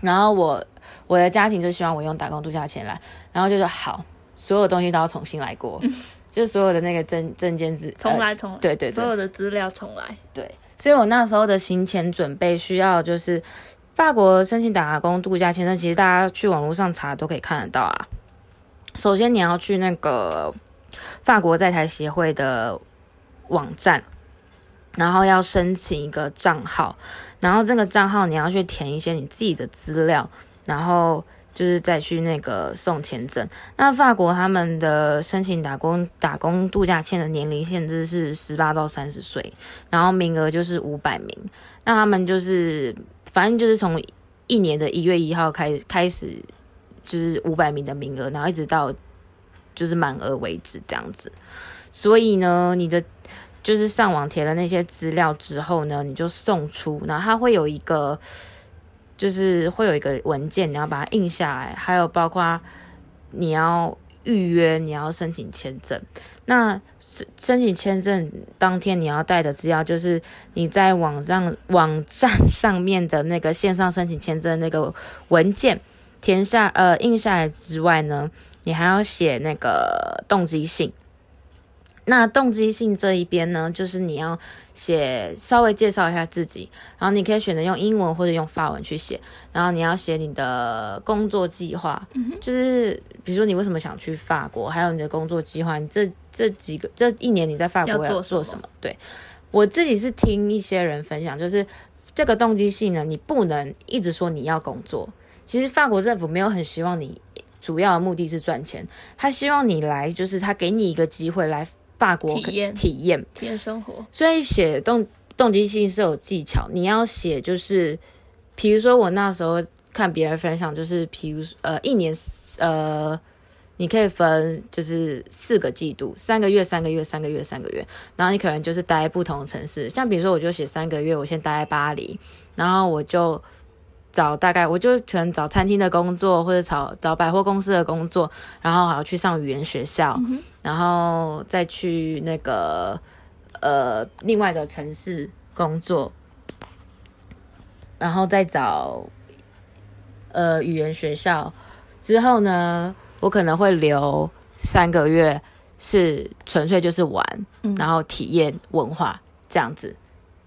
[SPEAKER 2] 然后我我的家庭就希望我用打工度假钱来，然后就说好，所有东西都要重新来过，
[SPEAKER 3] [LAUGHS]
[SPEAKER 2] 就是所有的那个证证件字
[SPEAKER 3] 重来重来，
[SPEAKER 2] 对对对
[SPEAKER 3] 所有的资料重来，
[SPEAKER 2] 对，所以我那时候的行前准备需要就是法国申请打工度假签证，其实大家去网络上查都可以看得到啊。首先你要去那个法国在台协会的网站，然后要申请一个账号，然后这个账号你要去填一些你自己的资料，然后。就是再去那个送签证。那法国他们的申请打工打工度假签的年龄限制是十八到三十岁，然后名额就是五百名。那他们就是反正就是从一年的一月一号开开始，就是五百名的名额，然后一直到就是满额为止这样子。所以呢，你的就是上网填了那些资料之后呢，你就送出，然后它会有一个就是会有一个文件，你要把它印下来，还有包括你要预约，你要申请签证。那申申请签证当天你要带的资料，就是你在网站网站上面的那个线上申请签证那个文件填下呃印下来之外呢，你还要写那个动机信。那动机信这一边呢，就是你要写稍微介绍一下自己，然后你可以选择用英文或者用法文去写，然后你要写你的工作计划，
[SPEAKER 3] 嗯
[SPEAKER 2] 就是比如说你为什么想去法国，还有你的工作计划，你这这几个这一年你在法国
[SPEAKER 3] 要
[SPEAKER 2] 要
[SPEAKER 3] 做
[SPEAKER 2] 做
[SPEAKER 3] 什
[SPEAKER 2] 什
[SPEAKER 3] 么
[SPEAKER 2] 么？对我自己是听一些人分享，就是这个动机性呢，你不能一直说你要工作。其实法国政府没有很希望你主要的目的是赚钱，他希望你来，就是他给你一个机会来法国
[SPEAKER 3] 体验
[SPEAKER 2] 体验。
[SPEAKER 3] 体验生活，
[SPEAKER 2] 所以写动动机性是有技巧，你要写就是，比如说我那时候看别人分享，就是比如呃一年呃，你可以分就是四个季度，三个月、三个月、三个月、三个月，然后你可能就是待不同的城市，像比如说我就写三个月，我先待在巴黎，然后我就。找大概我就可能找餐厅的工作，或者找找百货公司的工作，然后还要去上语言学校，然后再去那个呃另外一个城市工作，然后再找呃语言学校。之后呢，我可能会留三个月，是纯粹就是玩，然后体验文化这样子。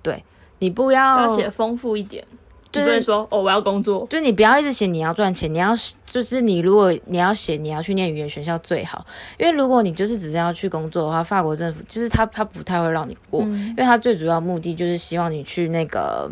[SPEAKER 2] 对你不要
[SPEAKER 3] 要写丰富一点，
[SPEAKER 2] 就
[SPEAKER 3] 你不能
[SPEAKER 2] 是
[SPEAKER 3] 说哦我要工作，
[SPEAKER 2] 就你不要一直写你要赚钱，你要就是你如果你要写你要去念语言学校最好，因为如果你就是只是要去工作的话，法国政府就是他他不太会让你过，
[SPEAKER 3] 嗯
[SPEAKER 2] 因为他最主要目的就是希望你去那个，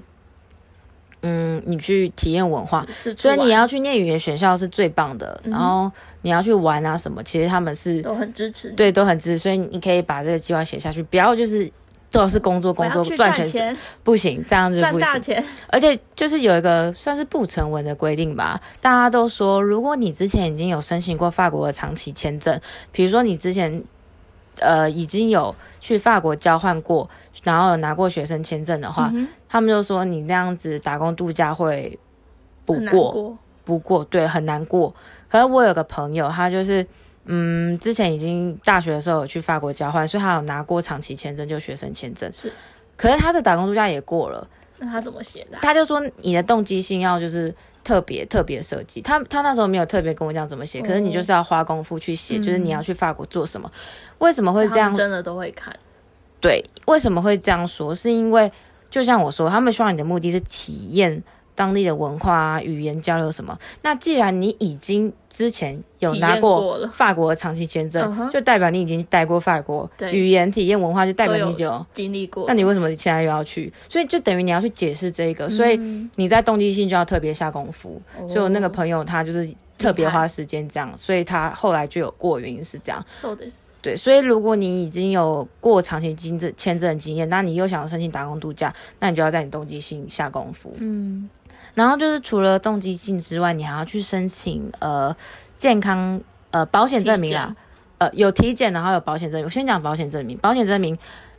[SPEAKER 2] 嗯，你去体验文化，
[SPEAKER 3] 是出
[SPEAKER 2] 所
[SPEAKER 3] 来
[SPEAKER 2] 以你要去念语言学校是最棒的，
[SPEAKER 3] 嗯
[SPEAKER 2] 然后你要去玩啊什么，其实他们是
[SPEAKER 3] 都很支持你，，
[SPEAKER 2] 对都很支持，所以你可以把这个计划写下去，不要就是都是工作
[SPEAKER 3] 我
[SPEAKER 2] 工
[SPEAKER 3] 要
[SPEAKER 2] 作
[SPEAKER 3] 去
[SPEAKER 2] 赚
[SPEAKER 3] 赚
[SPEAKER 2] 钱
[SPEAKER 3] 钱，
[SPEAKER 2] 不行，这样子
[SPEAKER 3] 赚
[SPEAKER 2] 不
[SPEAKER 3] 大
[SPEAKER 2] 行。
[SPEAKER 3] 钱，
[SPEAKER 2] 而且就是有一个算是不成文的规定吧，大家都说，如果你之前已经有申请过法国的长期签证，比如说你之前呃已经有去法国交换过，然后有拿过学生签证的话，
[SPEAKER 3] 嗯
[SPEAKER 2] 他们就说你那样子打工度假会不
[SPEAKER 3] 哼很难
[SPEAKER 2] 过，不过对很难过。可是我有个朋友，他就是嗯，之前已经大学的时候有去法国交换，所以他有拿过长期签证，就学生签证。
[SPEAKER 3] 是，
[SPEAKER 2] 可是他的打工度假也过了。
[SPEAKER 3] 那他怎么写的啊？
[SPEAKER 2] 他就说你的动机性要就是特别特别设计。他他那时候没有特别跟我讲怎么
[SPEAKER 3] 嗯
[SPEAKER 2] 写，可是你就是要花功夫去写，就是你要去法国做什么，为什么会这
[SPEAKER 3] 他们
[SPEAKER 2] 样？
[SPEAKER 3] 真的都会看，
[SPEAKER 2] 对，为什么会这样说？是因为就像我说，他们希望你的目的是体验
[SPEAKER 5] 当地的文化啊、语言交流什么。那既然你已经之前有
[SPEAKER 3] 体验
[SPEAKER 5] 拿
[SPEAKER 3] 过了
[SPEAKER 5] 法国的长期签证
[SPEAKER 3] 嗯哼
[SPEAKER 5] 就代表你已经待过法国，
[SPEAKER 3] 对
[SPEAKER 5] 语言、体验、文化，就代表
[SPEAKER 3] 都有
[SPEAKER 5] 你有。
[SPEAKER 3] 经历过。
[SPEAKER 5] 那你为什么现在又要去？所以就等于你要去解释这个，所以你在动机性就要特别下功夫。
[SPEAKER 3] 哦
[SPEAKER 5] 所以我那个朋友他就是特别花时间这样，所以他后来就有过，原因是这样。
[SPEAKER 3] so this
[SPEAKER 5] 对，所以如果你已经有过长期经证签证的经验，那你又想要申请打工度假，那你就要在你动机性下功夫。
[SPEAKER 3] 嗯，
[SPEAKER 2] 然后就是除了动机性之外，你还要去申请呃健康呃保险证明啦，呃有体检，然后有保险证明。我先讲保险证明，保险证明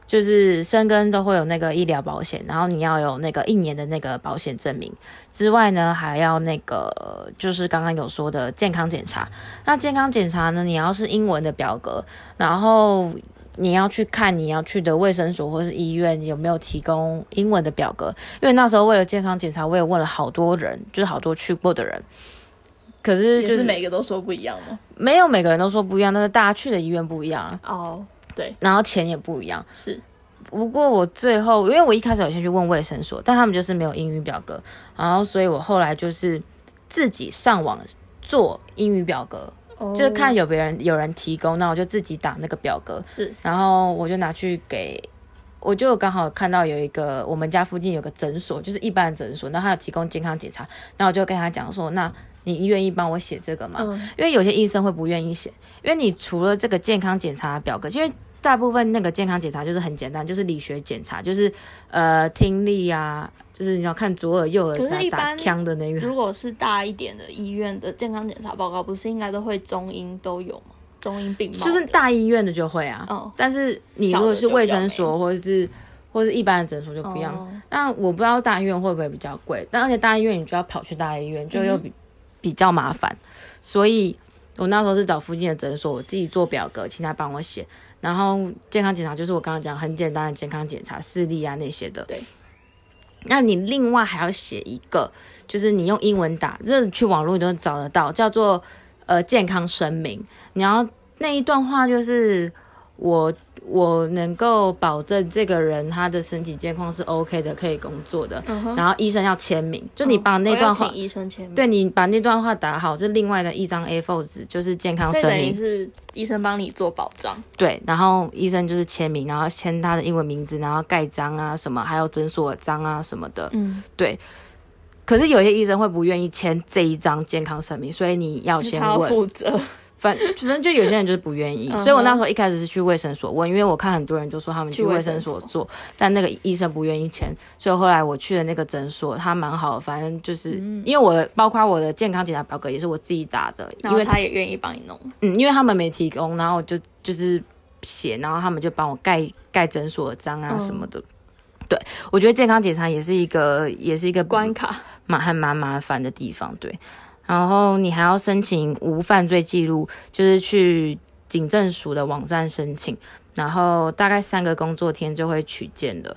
[SPEAKER 2] 就是生根都会有那个医疗保险，然后你要有那个一年的那个保险证明之外呢，还要那个呃就是刚刚有说的健康检查。那健康检查呢，你要是英文的表格，然后。你要去看你要去的卫生所或是医院有没有提供英文的表格，因为那时候为了健康检查，我也问了好多人，就是好多去过的人，可是
[SPEAKER 3] 也
[SPEAKER 2] 就是
[SPEAKER 3] 每个都说不一样吗？
[SPEAKER 2] 没有每个人都说不一样，但是大家去的医院不一样啊，
[SPEAKER 3] 哦，对，
[SPEAKER 2] 然后钱也不一样。
[SPEAKER 3] 是
[SPEAKER 2] 不过我最后，因为我一开始有先去问卫生所，但他们就是没有英语表格，然后所以我后来就是自己上网做英语表格，就是看
[SPEAKER 3] 有
[SPEAKER 2] 有别人有人提供，那我就自己打那个表格，
[SPEAKER 3] 哦是
[SPEAKER 2] 然后我就拿去给，我就刚好看到有一个我们家附近有个诊所，就是一般的诊所，那他有提供健康检查，那我就跟他讲说，那你愿意帮我写这个吗？
[SPEAKER 3] 嗯
[SPEAKER 2] 因为有些医生会不愿意写，因为你除了这个健康检查表格，因为大部分那个健康检查就是很简单，就是理学检查，就是呃听力啊，就是你要看左耳右耳
[SPEAKER 3] 可是
[SPEAKER 2] 打
[SPEAKER 3] 一
[SPEAKER 2] 打
[SPEAKER 3] 般
[SPEAKER 2] 腔的那个，
[SPEAKER 3] 如果是大一点的医院的健康检查报告，不是应该都会中英都有吗？中英并茂的
[SPEAKER 2] 就是大医院的就会啊。
[SPEAKER 3] 哦
[SPEAKER 2] 但是你如果是卫生所或者是或是一般的诊所就不一样。
[SPEAKER 3] 哦
[SPEAKER 2] 那我不知道大医院会不会比较贵，但而且大医院你就要跑去大医院，就
[SPEAKER 3] 嗯
[SPEAKER 2] 又比、比较麻烦，所以我那时候是找附近的诊所，我自己做表格，请他帮我写。然后健康检查就是我刚刚讲很简单的健康检查，视力啊那些的。
[SPEAKER 3] 对。
[SPEAKER 2] 那你另外还要写一个，就是你用英文打，这去网络你都找得到，叫做呃健康声明。你要那一段话就是我我能够保证这个人他的身体健康是 OK 的，可以工作的。
[SPEAKER 3] 嗯哼
[SPEAKER 2] 然后医生要签名，就你把那
[SPEAKER 3] 哦我要
[SPEAKER 2] 段
[SPEAKER 3] 请
[SPEAKER 2] 话，
[SPEAKER 3] 医生签名，
[SPEAKER 2] 对你把那段话打好，这另外的一张 A4 纸就是健康
[SPEAKER 3] 所以
[SPEAKER 2] 声
[SPEAKER 3] 等于
[SPEAKER 2] 明，
[SPEAKER 3] 是医生帮你做保障。
[SPEAKER 2] 对，然后医生就是签名，然后签他的英文名字，然后盖章啊什么，还有诊所的章啊什么的。
[SPEAKER 3] 嗯，
[SPEAKER 2] 可是有些医生会不愿意签这一张健康声明，所以你要
[SPEAKER 3] 他
[SPEAKER 2] 先
[SPEAKER 3] 要
[SPEAKER 2] 问，
[SPEAKER 3] 负责。
[SPEAKER 2] 反反正就有些人就是不愿意，
[SPEAKER 3] 嗯哼
[SPEAKER 2] 所以我那时候一开始是去卫生所问，因为我看很多人就说他们去
[SPEAKER 3] 去卫
[SPEAKER 2] 卫
[SPEAKER 3] 生
[SPEAKER 2] 生所
[SPEAKER 3] 所
[SPEAKER 2] 做，但那个医生不愿意签，所以后来我去了那个诊所，他蛮好的，反正就是、
[SPEAKER 3] 嗯
[SPEAKER 2] 因为我的包括我的健康检查表格也是我自己打的，
[SPEAKER 3] 然
[SPEAKER 2] 因
[SPEAKER 3] 后
[SPEAKER 2] 为
[SPEAKER 3] 他也愿意帮你弄，
[SPEAKER 2] 嗯，因为他们没提供，然后我就就是写，然后他们就帮我盖盖诊所的章啊
[SPEAKER 3] 嗯
[SPEAKER 2] 什么的。对，我觉得健康检查也是一个，也是一个
[SPEAKER 3] 关卡
[SPEAKER 2] 蛮还蛮麻烦的地方，对。然后你还要申请无犯罪记录，就是去警政署的网站申请，然后大概三个工作天就会取件的。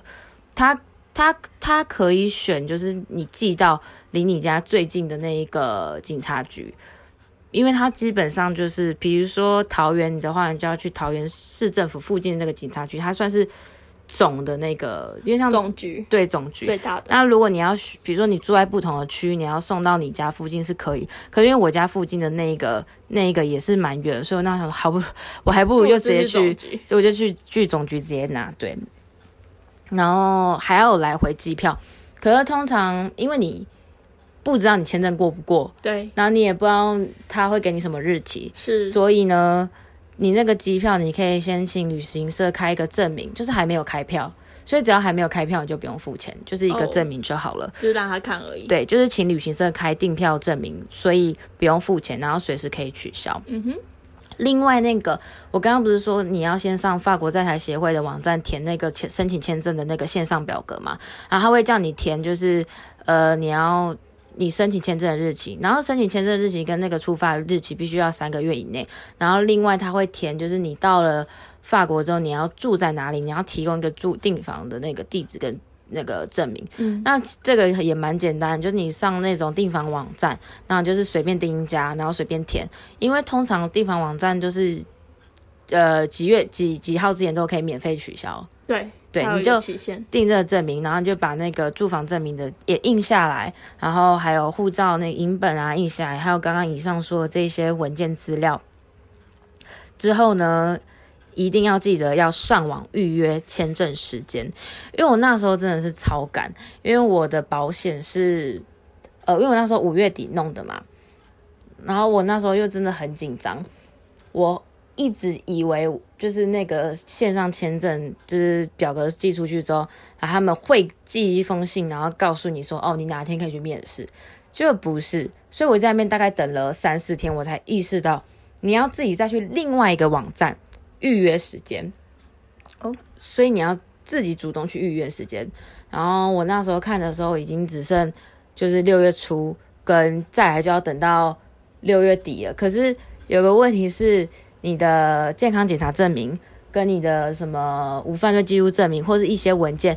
[SPEAKER 2] 他他他可以选，就是你寄到离你家最近的那一个警察局，因为他基本上就是，比如说桃园你的话，你就要去桃园市政府附近的那个警察局，它算是总的那个，因为像
[SPEAKER 3] 总局
[SPEAKER 2] 对总局，
[SPEAKER 3] 最大的。
[SPEAKER 2] 那如果你要去，比如说你住在不同的区，你要送到你家附近是可以。可是因为我家附近的那一个那一个也是蛮远的，所以我那时候好不，我还不如就直接
[SPEAKER 3] 总
[SPEAKER 2] 去，
[SPEAKER 3] 局，
[SPEAKER 2] 所以我就去去总局直接拿对。然后还要有来回机票，可是通常因为你不知道你签证过不过，
[SPEAKER 3] 对，
[SPEAKER 2] 然后你也不知道他会给你什么日期，
[SPEAKER 3] 是
[SPEAKER 2] 所以呢，你那个机票你可以先请旅行社开一个证明，就是还没有开票，所以只要还没有开票你就不用付钱，就是一个
[SPEAKER 3] 哦
[SPEAKER 2] 证明就好了。
[SPEAKER 3] 就是让他看而已。，
[SPEAKER 2] 对，就是请旅行社开订票证明，所以不用付钱，然后随时可以取消。
[SPEAKER 3] 嗯哼，
[SPEAKER 2] 另外那个，我刚刚不是说你要先上法国在台协会的网站填那个签申请签证的那个线上表格嘛？然后他会叫你填，就是呃，你要你申请签证的日期，然后申请签证日期跟那个出发的日期必须要三个月以内。然后另外他会填，就是你到了法国之后你要住在哪里，你要提供一个住订房的那个地址跟。那个证明，
[SPEAKER 3] 嗯
[SPEAKER 2] 那这个也蛮简单，就是你上那种订房网站，然后就是随便订一家，然后随便填，因为通常订房网站就是，呃，几月几几号之前都可以免费取消。
[SPEAKER 3] 对，
[SPEAKER 2] 对
[SPEAKER 3] 还，有
[SPEAKER 2] 你
[SPEAKER 3] 一
[SPEAKER 2] 就
[SPEAKER 3] 个期限，
[SPEAKER 2] 订这个证明，然后你就把那个住房证明的也印下来，然后还有护照那个影本啊印下来，还有刚刚以上说的这些文件资料。之后呢，一定要记得要上网预约签证时间，因为我那时候真的是超赶，因为我的保险是，呃，因为我那时候五月底弄的嘛，然后我那时候又真的很紧张，我一直以为就是那个线上签证，就是表格寄出去之后，然后他们会寄一封信，然后告诉你说，哦，你哪天可以去面试，结果不是，所以我在那边大概等了三四天，我才意识到你要自己再去另外一个网站预约时间，
[SPEAKER 3] 哦，
[SPEAKER 2] 所以你要自己主动去预约时间。然后我那时候看的时候，已经只剩就是六月初，跟再来就要等到六月底了。可是有个问题是，你的健康检查证明跟你的什么无犯罪记录证明，或是一些文件，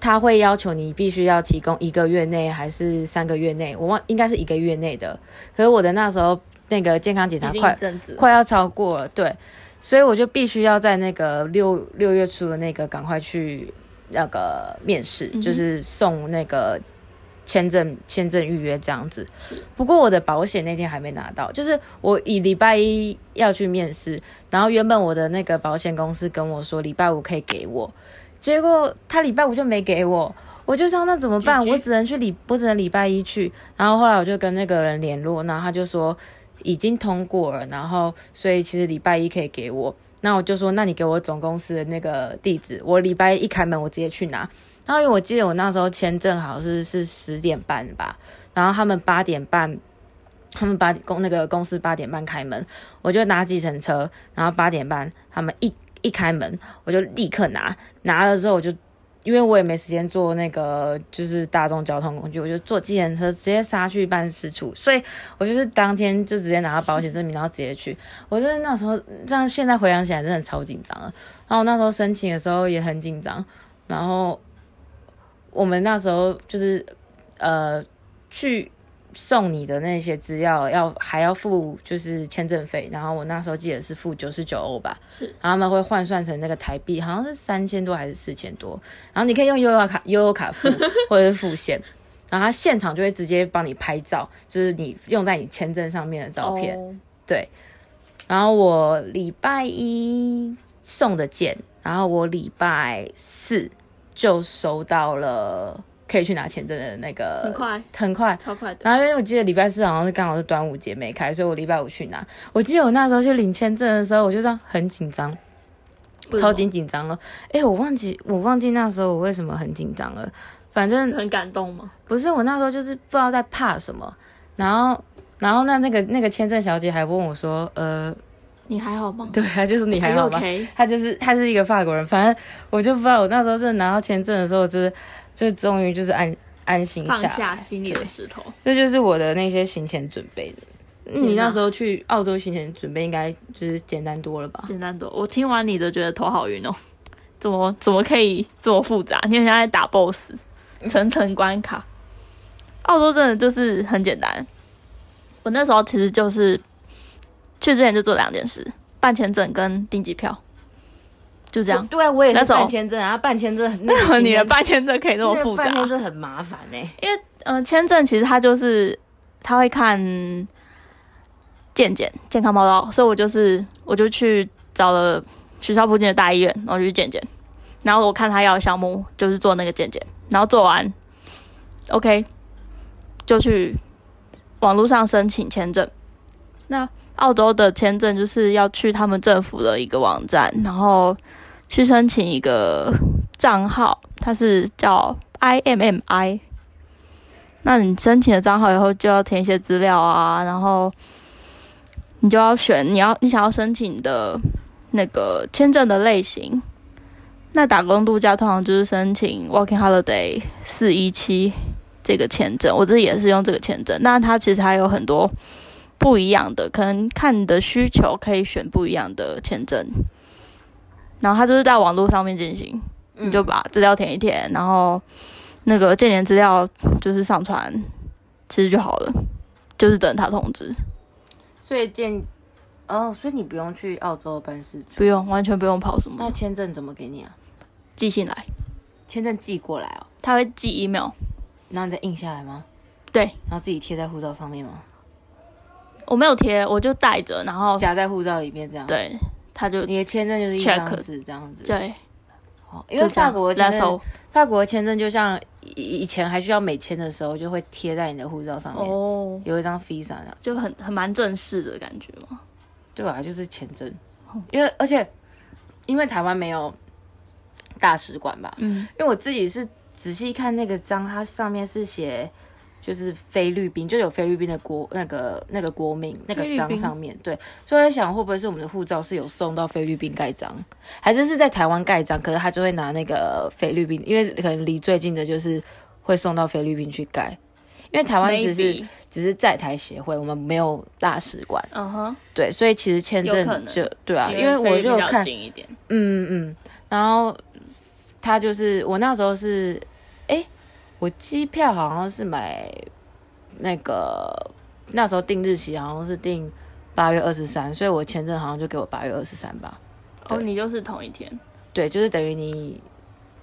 [SPEAKER 2] 他会要求你必须要提供一个月内还是三个月内，我忘应该是一个月内的。可是我的那时候那个健康检查
[SPEAKER 3] 已经
[SPEAKER 2] 快
[SPEAKER 3] 一阵子了，
[SPEAKER 2] 快要超过了，对，所以我就必须要在那个六六月初的那个赶快去那个面试，
[SPEAKER 3] 嗯哼
[SPEAKER 2] 就是送那个签证签证预约这样子
[SPEAKER 3] 是。
[SPEAKER 2] 不过我的保险那天还没拿到，就是我以礼拜一要去面试，然后原本我的那个保险公司跟我说礼拜五可以给我，结果他礼拜五就没给我。我就想那怎么办？
[SPEAKER 3] GG
[SPEAKER 2] 我只能去礼，我只能礼拜一去。然后后来我就跟那个人联络，然后他就说已经通过了，然后所以其实礼拜一可以给我。那我就说，那你给我总公司的那个地址，我礼拜一开门我直接去拿。然后因为我记得我那时候签证好像是是十点半吧，然后他们八点半，他们八公那个公司八点半开门，我就拿计程车，然后八点半他们一一开门，我就立刻拿，拿了之后我就。因为我也没时间坐那个就是大众交通工具，我就坐计程车直接杀去办事处，所以我就是当天就直接拿到保险证明，然后直接去。我真的那时候这样，现在回想起来真的超紧张了。然后那时候申请的时候也很紧张，然后我们那时候就是呃去送你的那些资料要还要付就是签证费，然后我那时候记得是付九十九欧吧，
[SPEAKER 3] 是
[SPEAKER 2] 然后他们会换算成那个台币，好像是三千多还是四千多，然后你可以用悠游卡悠游卡付或者是付现。然后他现场就会直接帮你拍照，就是你用在你签证上面的照片。
[SPEAKER 3] 哦
[SPEAKER 2] 对，然后我礼拜一送的件，然后我礼拜四就收到了可以去拿签证的那个，
[SPEAKER 3] 很，快，
[SPEAKER 2] 很快。
[SPEAKER 3] 超快的。
[SPEAKER 2] 然后因为我记得礼拜四好像是刚好是端午节没开，所以我礼拜五去拿。我记得我那时候去领签证的时候，我就这样很紧张，
[SPEAKER 3] 为什
[SPEAKER 2] 超
[SPEAKER 3] 么
[SPEAKER 2] 级紧张了。哎，我忘记我忘记那时候我为什么很紧张了，反正
[SPEAKER 3] [LAUGHS] 很感动吗？
[SPEAKER 2] 不是我那时候就是不知道在怕什么，然后然后那那个那个签证小姐还问我说，呃，
[SPEAKER 3] 你还好吗？
[SPEAKER 2] 对啊，就是你还
[SPEAKER 3] [LAUGHS]
[SPEAKER 2] 好吗？
[SPEAKER 3] OK，
[SPEAKER 2] 他就是他是一个法国人，反正我就不知道，我那时候真的拿到签证的时候，就是就终于就是安安心
[SPEAKER 3] 放
[SPEAKER 2] 下来
[SPEAKER 3] 下心里的
[SPEAKER 2] 对
[SPEAKER 3] 石头。
[SPEAKER 2] 这就是我的那些行前准备的。你那时候去澳洲行前准备应该就是简单多了吧？
[SPEAKER 3] 简单多。我听完你的，觉得头好晕哦， [LAUGHS] 怎么怎么可以这么复杂？你很像在打 BOSS，层层关卡。澳洲真的就是很简单。我那时候其实就是去之前就做两件事：办签证跟订机票，就这样。
[SPEAKER 2] 对啊，我也
[SPEAKER 3] 那
[SPEAKER 2] 是
[SPEAKER 3] 种
[SPEAKER 2] 办签证啊，办签证
[SPEAKER 3] 为什么哦 [LAUGHS] 你的
[SPEAKER 2] 的
[SPEAKER 3] 办签证可以那么复杂？
[SPEAKER 2] 办签证很麻烦欸呢、
[SPEAKER 3] 因为嗯、呃签证其实它就是他会看健检健康报告，所以我就是我就去找了学校附近的大医院，然后就去健检，然后我看他要的项目就是做那个健检，然后做完，OK，就去网络上申请签证。那澳洲的签证就是要去他们政府的一个网站，然后去申请一个账号，它是叫 IMMI，那你申请了账号以后，就要填一些资料啊，然后你就要选你要你想要申请的那个签证的类型。那打工度假通常就是申请 Working Holiday 四一七这个签证，我自己也是用这个签证。那它其实还有很多不一样的，可能看你的需求可以选不一样的签证。然后它就是在网络上面进行，你就把资料填一填，然后那个建联资料就是上传，其实就好了，就是等他通知，
[SPEAKER 2] 所以见哦，所以你不用去澳洲办事处，
[SPEAKER 3] 不用完全不用跑什
[SPEAKER 2] 那
[SPEAKER 3] 么。
[SPEAKER 2] 签证怎么给你啊？
[SPEAKER 3] 寄信来，
[SPEAKER 2] 签证寄过来哦，
[SPEAKER 3] 他会寄 email。
[SPEAKER 2] 然后你再印下来吗？
[SPEAKER 3] 对
[SPEAKER 2] 然后自己贴在护照上面吗？哦
[SPEAKER 3] 我没有贴，我就带着，然后
[SPEAKER 2] 夹在护照里面这样。，
[SPEAKER 3] 对，他就
[SPEAKER 2] 你的签证就是一
[SPEAKER 3] Check
[SPEAKER 2] 张纸这样子。，
[SPEAKER 3] 对，
[SPEAKER 2] 哦、因
[SPEAKER 3] 就
[SPEAKER 2] 为
[SPEAKER 3] 这
[SPEAKER 2] 法
[SPEAKER 3] 样。
[SPEAKER 2] 国的签
[SPEAKER 3] That's
[SPEAKER 2] 证
[SPEAKER 3] all，
[SPEAKER 2] 法国的签证就像以以前还需要美签的时候，就会贴在你的护照上面，
[SPEAKER 3] 哦，
[SPEAKER 2] 有一张 visa 这样。
[SPEAKER 3] 就很很蛮正式的感觉嘛。
[SPEAKER 2] 对啊，就是签证，
[SPEAKER 3] 哦
[SPEAKER 2] 因为而且因为台湾没有大使馆吧，
[SPEAKER 3] 嗯，
[SPEAKER 2] 因为我自己是仔细看那个章，它上面是写就是菲律宾，就有菲律宾的国那个那个国民那个
[SPEAKER 3] 菲律
[SPEAKER 2] 章
[SPEAKER 3] 宾
[SPEAKER 2] 上面对，所以我在想会不会是我们的护照是有送到菲律宾盖章，还是是在台湾盖章，可是他就会拿那个菲律宾，因为可能离最近的就是会送到菲律宾去盖。因为台湾只是
[SPEAKER 3] Maybe
[SPEAKER 2] 只是在台协会，我们没有大使馆，
[SPEAKER 3] 嗯哼，
[SPEAKER 2] 对，所以其实签
[SPEAKER 3] 有可
[SPEAKER 2] 证
[SPEAKER 3] 能
[SPEAKER 2] 就对啊，因为我就有
[SPEAKER 3] 比较
[SPEAKER 2] 看，
[SPEAKER 3] 近一点，
[SPEAKER 2] 嗯嗯，然后他就是我那时候是，哎，我机票好像是买那个那时候定日期好像是定八月二十三，所以我签证好像就给我八月二十三吧。
[SPEAKER 3] 哦，
[SPEAKER 2] 对
[SPEAKER 3] 你就是同一天，
[SPEAKER 2] 对，就是等于你，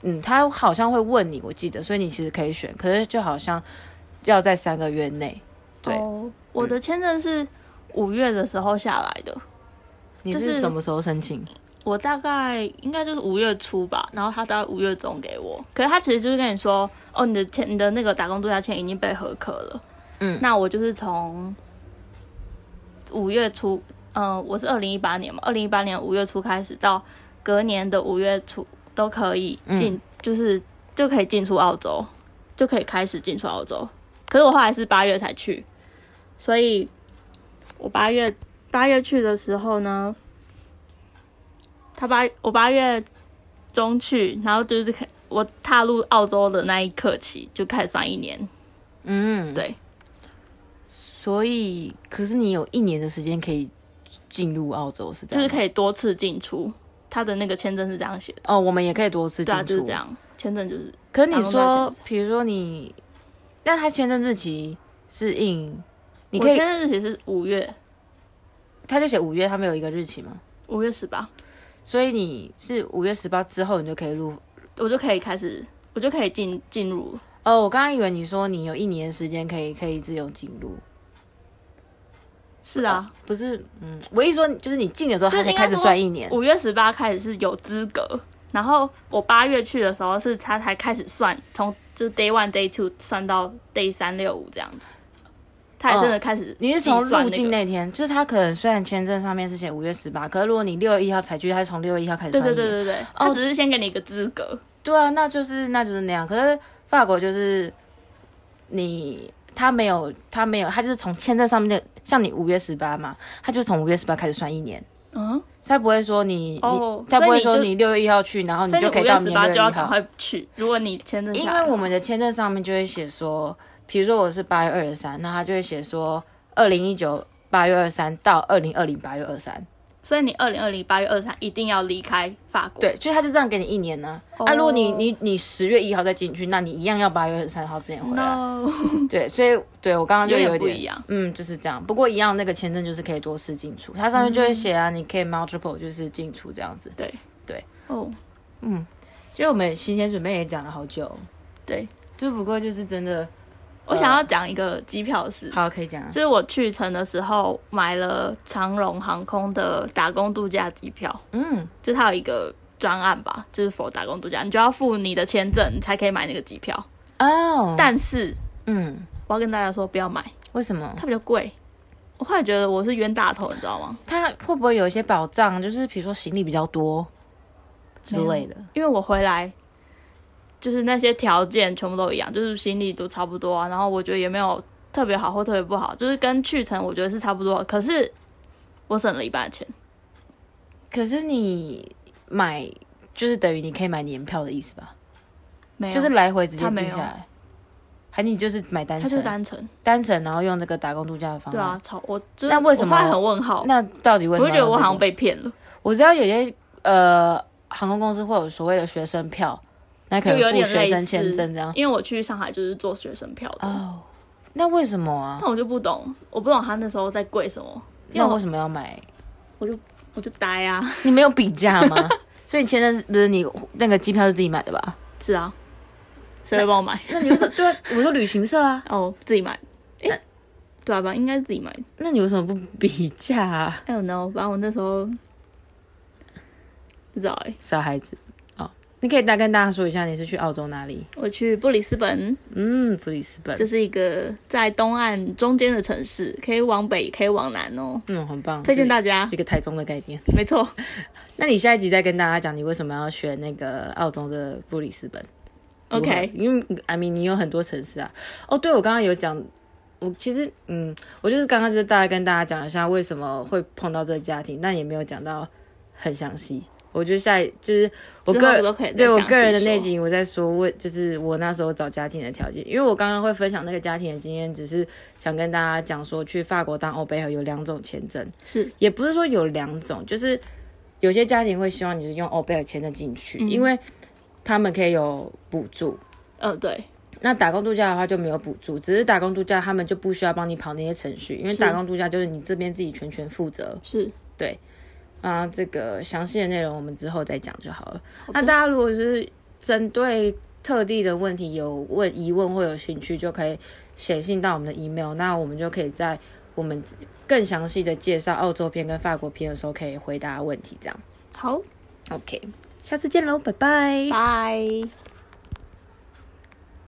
[SPEAKER 2] 嗯，他好像会问你，我记得，所以你其实可以选，可是就好像要在三个月内。对，
[SPEAKER 3] 哦我的签证是五月的时候下来的，
[SPEAKER 2] 你
[SPEAKER 3] 就是是
[SPEAKER 2] 什么时候申请？
[SPEAKER 3] 我大概应该就是五月初吧，然后他大概五月中给我，可是他其实就是跟你说，哦，你的签，你的那个打工度假签已经被合可了，
[SPEAKER 2] 嗯
[SPEAKER 3] 那我就是从五月初，嗯、我是二零一八年嘛，二零一八年五月初开始到隔年的五月初都可以进，就是就可以进出澳洲，就可以开始进出澳洲，可是我后来是八月才去，所以我八月八月去的时候呢，他八我八月中去，然后就是开我踏入澳洲的那一刻起就开始算一年，
[SPEAKER 2] 嗯，
[SPEAKER 3] 对，
[SPEAKER 2] 所以可是你有一年的时间可以进入澳洲，是这
[SPEAKER 3] 就
[SPEAKER 2] 样
[SPEAKER 3] 是
[SPEAKER 2] 吗？
[SPEAKER 3] 可以多次进出。他的那个签证是这样写的，
[SPEAKER 2] 哦，我们也可以多次
[SPEAKER 3] 对
[SPEAKER 2] 进
[SPEAKER 3] 啊，
[SPEAKER 2] 出，
[SPEAKER 3] 就是这。样，签证就是
[SPEAKER 2] 可是你
[SPEAKER 3] 打工
[SPEAKER 2] 说
[SPEAKER 3] 赚钱，
[SPEAKER 2] 比如说你，那他签证日期是印，你
[SPEAKER 3] 我
[SPEAKER 2] 可
[SPEAKER 3] 签
[SPEAKER 2] 以，
[SPEAKER 3] 证日期是五月
[SPEAKER 2] 他就写五月，他没有一个日期嘛，
[SPEAKER 3] 五月十八，
[SPEAKER 2] 所以你是五月十八之后你就可以入。
[SPEAKER 3] 我就可以开始，我就可以进进入了。
[SPEAKER 2] 哦，我刚刚以为你说你有一年的时间可以可以自由进入，
[SPEAKER 3] 是啊，
[SPEAKER 2] 不是？嗯，我一说就是你进的时候，
[SPEAKER 3] 就
[SPEAKER 2] 他
[SPEAKER 3] 是
[SPEAKER 2] 就
[SPEAKER 3] 应该
[SPEAKER 2] 开始
[SPEAKER 3] 说
[SPEAKER 2] 算一年。
[SPEAKER 3] 五月十八开始是有资格，然后我八月去的时候是他才开始算，从就是 day one day two 算到 day 三六五这样子，他也真的开始、
[SPEAKER 2] 哦你是从入境那天，就是他可能虽然签证上面是写五月十八，可是如果你六月一号才去，他是从六月一号开始
[SPEAKER 3] 对
[SPEAKER 2] 算一
[SPEAKER 3] 对
[SPEAKER 2] 年。
[SPEAKER 3] 对对对，他只是先给你一个资格，
[SPEAKER 2] 对啊，那就是那就是那样。可是法国就是你他没有他没有，他就是从签证上面的，像你五月十八嘛，他就从五月十八开始算一年，
[SPEAKER 3] 嗯，
[SPEAKER 2] 他不会说你、
[SPEAKER 3] 哦
[SPEAKER 2] 你他不会
[SPEAKER 3] 所以你就
[SPEAKER 2] 说你六月一号去，然后你
[SPEAKER 3] 所以
[SPEAKER 2] 就可
[SPEAKER 3] 你
[SPEAKER 2] 以
[SPEAKER 3] 五
[SPEAKER 2] 到
[SPEAKER 3] 月十
[SPEAKER 2] 明
[SPEAKER 3] 八
[SPEAKER 2] 年
[SPEAKER 3] 就
[SPEAKER 2] 六月
[SPEAKER 3] 要
[SPEAKER 2] 一
[SPEAKER 3] 赶
[SPEAKER 2] 号。
[SPEAKER 3] 快去，如果你签证下
[SPEAKER 2] 因
[SPEAKER 3] 来
[SPEAKER 2] 为我们的签证上面就会写说，比如说我是八月二十三，那他就会写说二零一九八月二十三到二零二零八月二三，
[SPEAKER 3] 所以你二零二零八月二三一定要离开法国，
[SPEAKER 2] 对，所以他就这样给你一年呢、啊。如果
[SPEAKER 3] 哦
[SPEAKER 2] 你你你十月一号再进去，那你一样要八月二十三号之前回来。
[SPEAKER 3] ，no，
[SPEAKER 2] 对，所以对我刚刚就
[SPEAKER 3] 有
[SPEAKER 2] 有
[SPEAKER 3] 点不一样
[SPEAKER 2] 嗯，就是这样。不过一样，那个签证就是可以多次进出，它上面就会写啊，你可以 multiple 就是进出这样子。
[SPEAKER 3] 对
[SPEAKER 2] 对
[SPEAKER 3] 哦，
[SPEAKER 2] 其实我们行前准备也讲了好久，
[SPEAKER 3] 对
[SPEAKER 2] 就不过就是真的
[SPEAKER 3] 我想要讲一个机票的事，
[SPEAKER 2] 呃好可以讲啊，
[SPEAKER 3] 就是我去程的时候买了长荣航空的打工度假机票，
[SPEAKER 2] 嗯，
[SPEAKER 3] 就它有一个专案吧，就是否打工度假，你就要付你的签证，你才可以买那个机票。
[SPEAKER 2] 哦，
[SPEAKER 3] 但是
[SPEAKER 2] 嗯，
[SPEAKER 3] 我要跟大家说，不要买，
[SPEAKER 2] 为什么
[SPEAKER 3] 它比较贵。我后来觉得我是冤大头，你知道吗？
[SPEAKER 2] 它会不会有一些保障？就是比如说行李比较多之类的，
[SPEAKER 3] 因为我回来就是那些条件全部都一样，就是行李都差不多啊。然后我觉得也没有特别好或特别不好，就是跟去程我觉得是差不多的。可是我省了一半的钱，
[SPEAKER 2] 可是你买就是等于你可以买年票的意思吧？
[SPEAKER 3] 没有，
[SPEAKER 2] 就是来回直接
[SPEAKER 3] 它没
[SPEAKER 2] 定
[SPEAKER 3] 有
[SPEAKER 2] 下来，还你就是买单
[SPEAKER 3] 它就
[SPEAKER 2] 程
[SPEAKER 3] 是单程。
[SPEAKER 2] 单程，然后用这个打工度假的方案。
[SPEAKER 3] 对啊，超我就是
[SPEAKER 2] 哦那为什么
[SPEAKER 3] 我后来很问号？
[SPEAKER 2] 那到底为
[SPEAKER 3] 我
[SPEAKER 2] 什么
[SPEAKER 3] 就
[SPEAKER 2] 要这个？
[SPEAKER 3] 觉得我好像被骗了，
[SPEAKER 2] 我知道有些呃航空公司会有所谓的学生票，那可
[SPEAKER 3] 就
[SPEAKER 2] 能
[SPEAKER 3] 有
[SPEAKER 2] 付
[SPEAKER 3] 点
[SPEAKER 2] 学
[SPEAKER 3] 类
[SPEAKER 2] 生
[SPEAKER 3] 似
[SPEAKER 2] 签证这样。
[SPEAKER 3] 因为我去上海就是做学生票的，
[SPEAKER 2] 哦，那为什么啊？
[SPEAKER 3] 那我就不懂，我不懂他那时候在贵什么，因
[SPEAKER 2] 那
[SPEAKER 3] 为
[SPEAKER 2] 为
[SPEAKER 3] 我
[SPEAKER 2] 什么要买？ [LAUGHS]
[SPEAKER 3] 我就我就呆啊， [LAUGHS]
[SPEAKER 2] 你没有比价吗？
[SPEAKER 6] 所以你签证是不是你那个机票是自己买的吧？
[SPEAKER 3] 是啊，谁会帮我买？
[SPEAKER 6] 那你为什么对啊？我说旅行社啊，
[SPEAKER 3] 哦，自己买。诶、对啊吧？应该是自己买。
[SPEAKER 6] 那你为什么不比价、啊？
[SPEAKER 3] I don't know，反正我那时候不知道哎、
[SPEAKER 2] 小孩子哦，你可以大跟大家说一下你是去澳洲哪里？
[SPEAKER 3] 我去布里斯本，
[SPEAKER 2] 嗯，布里斯本，
[SPEAKER 3] 这是一个在东岸中间的城市，可以往北，也可以往南哦，
[SPEAKER 2] 嗯，很棒，
[SPEAKER 3] 推荐大家
[SPEAKER 2] 一。个台中的概念。
[SPEAKER 3] 没错，
[SPEAKER 2] 那你下一集再跟大家讲你为什么要选那个澳洲的布里斯本
[SPEAKER 3] OK
[SPEAKER 2] 如何因为 I mean 你有很多城市啊。哦，对，我刚刚有讲，我其实嗯，我就是刚刚就是大概跟大家讲一下为什么会碰到这个家庭，但也没有讲到很详细。我觉得下一就是我
[SPEAKER 3] 之后
[SPEAKER 2] 个人
[SPEAKER 3] 都可以再
[SPEAKER 2] 对我
[SPEAKER 3] 详细
[SPEAKER 2] 个人的那
[SPEAKER 3] 说
[SPEAKER 2] 集，我在说我就是我那时候找家庭的条件，因为我刚刚会分享那个家庭的经验，只是想跟大家讲说去法国当欧贝和有两种签证，
[SPEAKER 3] 是
[SPEAKER 2] 也不是说有两种，就是有些家庭会希望你是用欧贝尔签证进去，因为他们可以有补助。
[SPEAKER 3] 呃，对，
[SPEAKER 2] 那打工度假的话就没有补助，只是打工度假他们就不需要帮你跑那些程序，因为
[SPEAKER 3] 是
[SPEAKER 2] 打工度假就是你这边自己全权负责。
[SPEAKER 3] 是
[SPEAKER 2] 啊，这个详细的内容我们之后再讲就好了。那大家如果是针对特地的问题有问疑问或有兴趣，就可以写信到我们的 email，那我们就可以在我们更详细的介绍澳洲篇跟法国篇的时候，可以回答问题。这样
[SPEAKER 3] 好，
[SPEAKER 2] ，OK，下次见喽，拜拜。
[SPEAKER 3] 拜。